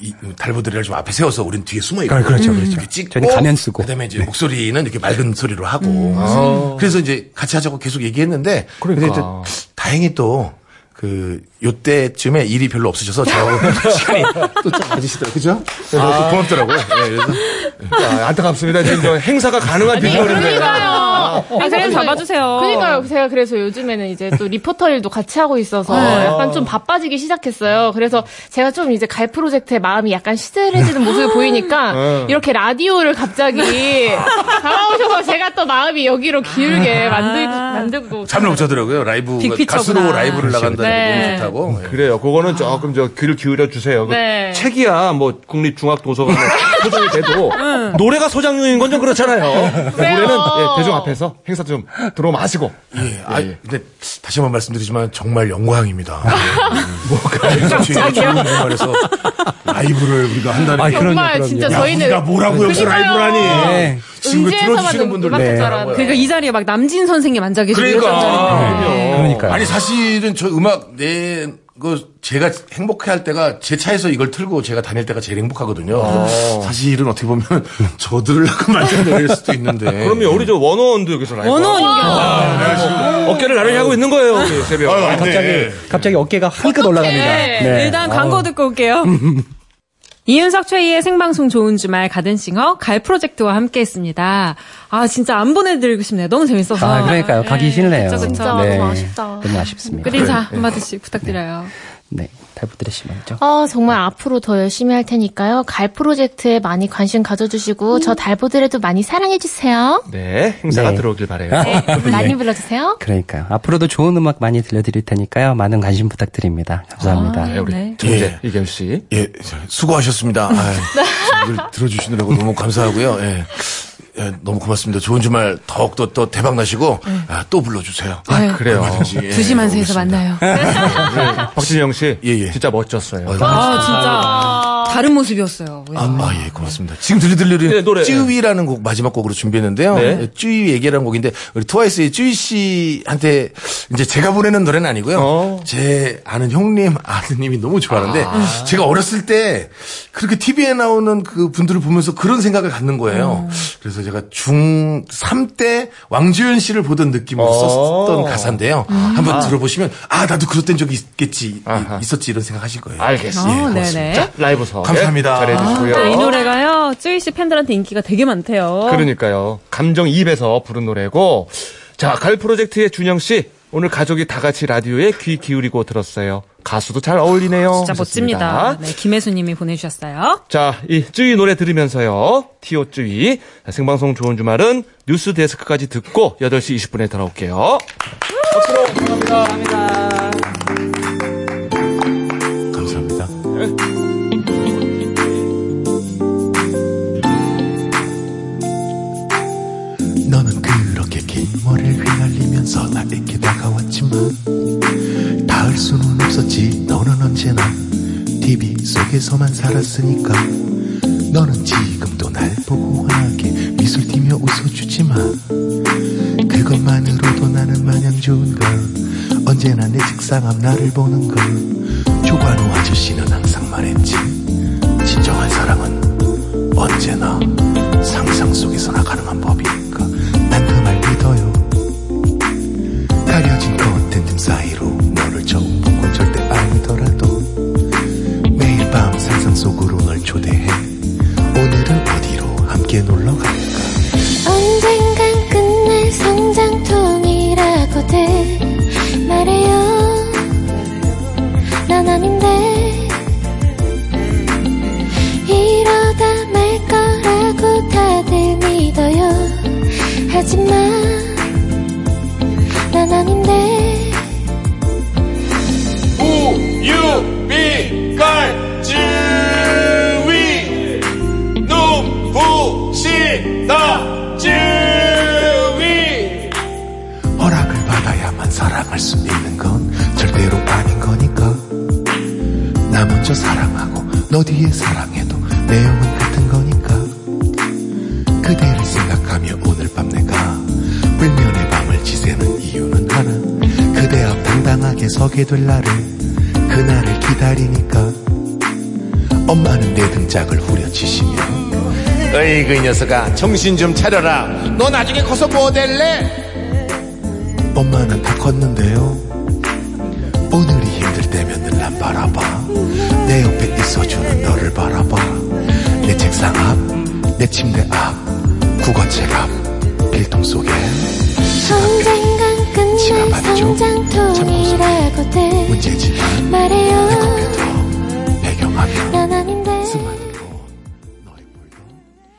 [SPEAKER 7] 이 달보드레를 좀 앞에 세워서 우린 뒤에 숨어 있고
[SPEAKER 9] 아, 그렇죠,
[SPEAKER 3] 음.
[SPEAKER 9] 그렇죠.
[SPEAKER 7] 이렇게 찍고
[SPEAKER 9] 저는 가면 쓰고.
[SPEAKER 7] 어,
[SPEAKER 9] 네.
[SPEAKER 7] 그다음에 이제 목소리는 이렇게 맑은 소리로 하고 그래서 이제 같이 하자고 계속 얘기했는데
[SPEAKER 2] 그러니까.
[SPEAKER 7] 근데 이제 다행히 또 그 요때쯤에 일이 별로 없으셔서 저하고 시간이 또 좀 가지시더라고요. 그죠? 그래서 또 고맙더라고요. 예, 그래서
[SPEAKER 2] 네, 아, 안타깝습니다. 지금 저 행사가 가능한 비결인데.
[SPEAKER 10] 그러니까요.
[SPEAKER 3] 아니, 그래도 잡아주세요.
[SPEAKER 10] 그러니까요. 제가 그래서 요즘에는 이제 또 리포터 일도 같이 하고 있어서
[SPEAKER 7] 네.
[SPEAKER 10] 약간
[SPEAKER 7] 아.
[SPEAKER 10] 좀 바빠지기 시작했어요. 그래서 제가 좀 이제 갈 프로젝트에 마음이 약간 시들해지는 모습이
[SPEAKER 7] 네.
[SPEAKER 10] 보이니까 이렇게 라디오를 갑자기 다가오셔서 제가 또 마음이 여기로
[SPEAKER 7] 아.
[SPEAKER 10] 기울게 만들, 만들고.
[SPEAKER 7] 잠을 못 자더라고요. 라이브
[SPEAKER 3] 빅피처구나.
[SPEAKER 7] 가수로 라이브를 나간다는
[SPEAKER 10] 네.
[SPEAKER 7] 게 너무 좋다고. 예.
[SPEAKER 2] 그래요. 그거는 조금 저 귀를 기울여 주세요. 그
[SPEAKER 10] 네.
[SPEAKER 2] 책이야 뭐 국립중앙도서관에 소장이 돼도 노래가 소장인 건 좀 그렇잖아요.
[SPEAKER 10] 그래요.
[SPEAKER 2] 노래는 예, 대중 앞에서 행사 좀 들어마시고.
[SPEAKER 7] 예, 아, 근데 다시 한번 말씀드리지만 정말 영광입니다. 네. 뭐가 좋은 말에서 라이브를 우리가 한다는 게
[SPEAKER 10] 정말
[SPEAKER 9] 그럼요,
[SPEAKER 10] 진짜
[SPEAKER 9] 그럼요.
[SPEAKER 10] 저희는
[SPEAKER 7] 우리가 뭐라고 여기서
[SPEAKER 10] 그러니까요.
[SPEAKER 7] 라이브를 하니?
[SPEAKER 9] 네.
[SPEAKER 7] 지금 이거
[SPEAKER 10] 음지에서만
[SPEAKER 7] 들어주시는 네. 아, 분들
[SPEAKER 10] 음악 듣줄 알았는데.
[SPEAKER 3] 그러니까 이 자리에 막 남진 선생님 앉아 계시고
[SPEAKER 7] 그러니까.
[SPEAKER 3] 이런
[SPEAKER 2] 네.
[SPEAKER 3] 자리인데. 예.
[SPEAKER 9] 그러니까요.
[SPEAKER 7] 아니 사실은 저 음악 내그 제가 행복해 할 때가 제 차에서 이걸 틀고 제가 다닐 때가 제일 행복하거든요.
[SPEAKER 3] 어.
[SPEAKER 7] 사실은 어떻게 보면 저들을라고 만든 노래일 수도 있는데.
[SPEAKER 2] 그럼요. 우리 저 원어원도 여기서 라이브.
[SPEAKER 3] 원호원이요.
[SPEAKER 2] 아, 네, 어깨를 나란히 하고 있는 거예요. 우리 새벽.
[SPEAKER 7] 아유, 네. 안
[SPEAKER 9] 갑자기
[SPEAKER 5] 네.
[SPEAKER 7] 돼.
[SPEAKER 9] 갑자기 어깨가 한껏 올라갑니다. 네.
[SPEAKER 3] 일단 광고 듣고 올게요. 이윤석 최희의 생방송 좋은 주말 가든싱어 갈 프로젝트와 함께했습니다. 아 진짜 안 보내드리고 싶네요. 너무 재밌어서.
[SPEAKER 9] 아, 그러니까요. 가기 싫네요.
[SPEAKER 3] 그쵸, 그쵸.
[SPEAKER 10] 진짜 너무 아쉽다.
[SPEAKER 9] 너무 아쉽습니다.
[SPEAKER 3] 끝인사 한마디씩 부탁드려요.
[SPEAKER 9] 네. 달부드레시 먼저.
[SPEAKER 10] 아, 정말 앞으로 더 열심히 할 테니까요. 갈 프로젝트에 많이 관심 가져주시고,
[SPEAKER 7] 음.
[SPEAKER 10] 저 달보들에도 많이 사랑해주세요.
[SPEAKER 2] 네. 행사가
[SPEAKER 9] 네.
[SPEAKER 2] 들어오길 바래요.
[SPEAKER 10] 많이 불러주세요.
[SPEAKER 9] 그러니까요. 앞으로도 좋은 음악 많이 들려드릴 테니까요. 많은 관심 부탁드립니다. 감사합니다.
[SPEAKER 2] 네,
[SPEAKER 5] 아,
[SPEAKER 2] 우리
[SPEAKER 3] 네.
[SPEAKER 2] 정재
[SPEAKER 7] 예.
[SPEAKER 2] 이경 씨.
[SPEAKER 7] 예, 수고하셨습니다. 아, 이걸 들어주시느라고 너무 감사하고요. 예. 예, 너무 고맙습니다. 좋은 주말 더욱더 또 대박 나시고 아, 또 불러주세요.
[SPEAKER 3] 네. 아유,
[SPEAKER 2] 그래요.
[SPEAKER 7] 얼마든지, 예,
[SPEAKER 3] 두시 만세에서 만나요.
[SPEAKER 7] 오겠습니다.
[SPEAKER 3] 아,
[SPEAKER 2] 박진영 씨.
[SPEAKER 7] 예, 예.
[SPEAKER 2] 진짜 멋졌어요.
[SPEAKER 7] 아유,
[SPEAKER 3] 아 진짜 다른 모습이었어요.
[SPEAKER 7] 아, 아, 예, 고맙습니다. 지금 들려드리는
[SPEAKER 2] 음. 네, 노래.
[SPEAKER 7] 쯔위라는 곡 마지막 곡으로 준비했는데요.
[SPEAKER 2] 네.
[SPEAKER 7] 예, 쯔위 얘기라는 곡인데 우리 트와이스의 쯔위 씨한테 이제 제가 보내는 노래는 아니고요.
[SPEAKER 2] 어.
[SPEAKER 7] 제 아는 형님, 아드님이 너무 좋아하는데 제가 어렸을 때 그렇게 TV에 나오는 그 분들을 보면서 그런 생각을 갖는
[SPEAKER 2] 음.
[SPEAKER 7] 거예요. 그래서 제가 중3 때 왕주현 씨를 보던 느낌으로
[SPEAKER 2] 어.
[SPEAKER 7] 썼던 가사인데요. 한번 들어보시면 아, 나도 그랬던 적이 있겠지,
[SPEAKER 2] 아하.
[SPEAKER 7] 있었지 이런 생각하실 거예요.
[SPEAKER 2] 알겠습니다.
[SPEAKER 3] 어, 네네. 아, 네,
[SPEAKER 2] 라이브 서
[SPEAKER 7] 감사합니다.
[SPEAKER 2] 잘해 주시고요.
[SPEAKER 3] 이 노래가요. 쯔이 씨 팬들한테 인기가 되게 많대요.
[SPEAKER 2] 그러니까요. 감정 입에서 부른 노래고. 자, 갈 프로젝트의 준영 씨. 오늘 가족이 다 같이 라디오에 귀 기울이고 들었어요. 가수도 잘 어울리네요.
[SPEAKER 3] 진짜 멋집니다. 네, 김혜수님이 보내주셨어요.
[SPEAKER 2] 자, 이 쯔위 노래 들으면서요. 티오 쯔위. 자, 생방송 좋은 주말은 뉴스 데스크까지 듣고 8시 20분에 돌아올게요.
[SPEAKER 7] 감사합니다.
[SPEAKER 5] 너는 그렇게 긴 머리를 휘날리면서 나에게 다가왔지만 닿을 수는 없었지 너는 언제나 TV 속에서만 살았으니까 너는 지금도 날 보고 환하게 미술 띠며 웃어주지만 그것만으로도 나는 마냥 좋은 걸 언제나 내 책상 앞 나를 보는 걸 조관우 아저씨는 항상 말했지 진정한 사랑은 언제나 상상 속에서나 가능한 법이니까 난 그 말 믿어요 가려진 겉은 틈 사이로 너를 처음 본 건 절대 아니더라도 매일 밤 상상 속으로 널 초대해 오늘은 어디로 함께 놀러 갈까
[SPEAKER 6] 언젠간 끝날 성장통이라고 들 말해요 난 아닌데 이러다 말 거라고 다들 믿어요 하지만 난 아닌데
[SPEAKER 8] 우유빛깔 지위 눈부신
[SPEAKER 5] 사랑할 수 있는 건 절대로 아닌 거니까 나 먼저 사랑하고 너 뒤에 사랑해도 내용은 같은 거니까 그대를 생각하며 오늘 밤 내가 불면의 밤을 지새는 이유는 하나 그대 앞 당당하게 서게 될 날을 그날을 기다리니까 엄마는 내 등짝을 후려치시며
[SPEAKER 7] 어이 그 녀석아 정신 좀 차려라 너 나중에 커서 뭐 될래?
[SPEAKER 5] 엄마는 다 컸는데요. 오늘이 힘들 때면 늘 난 바라봐. 내 옆에 있어주는 너를 바라봐. 내 책상 앞, 내 침대 앞, 국어책 앞, 필통 속에.
[SPEAKER 6] 언젠간
[SPEAKER 5] 시간
[SPEAKER 6] 끝날
[SPEAKER 5] 많죠?
[SPEAKER 6] 성장통이라고들
[SPEAKER 7] 그
[SPEAKER 5] 문제지만
[SPEAKER 6] 말해요
[SPEAKER 5] 컴퓨터 배경화면
[SPEAKER 6] 난 아닌데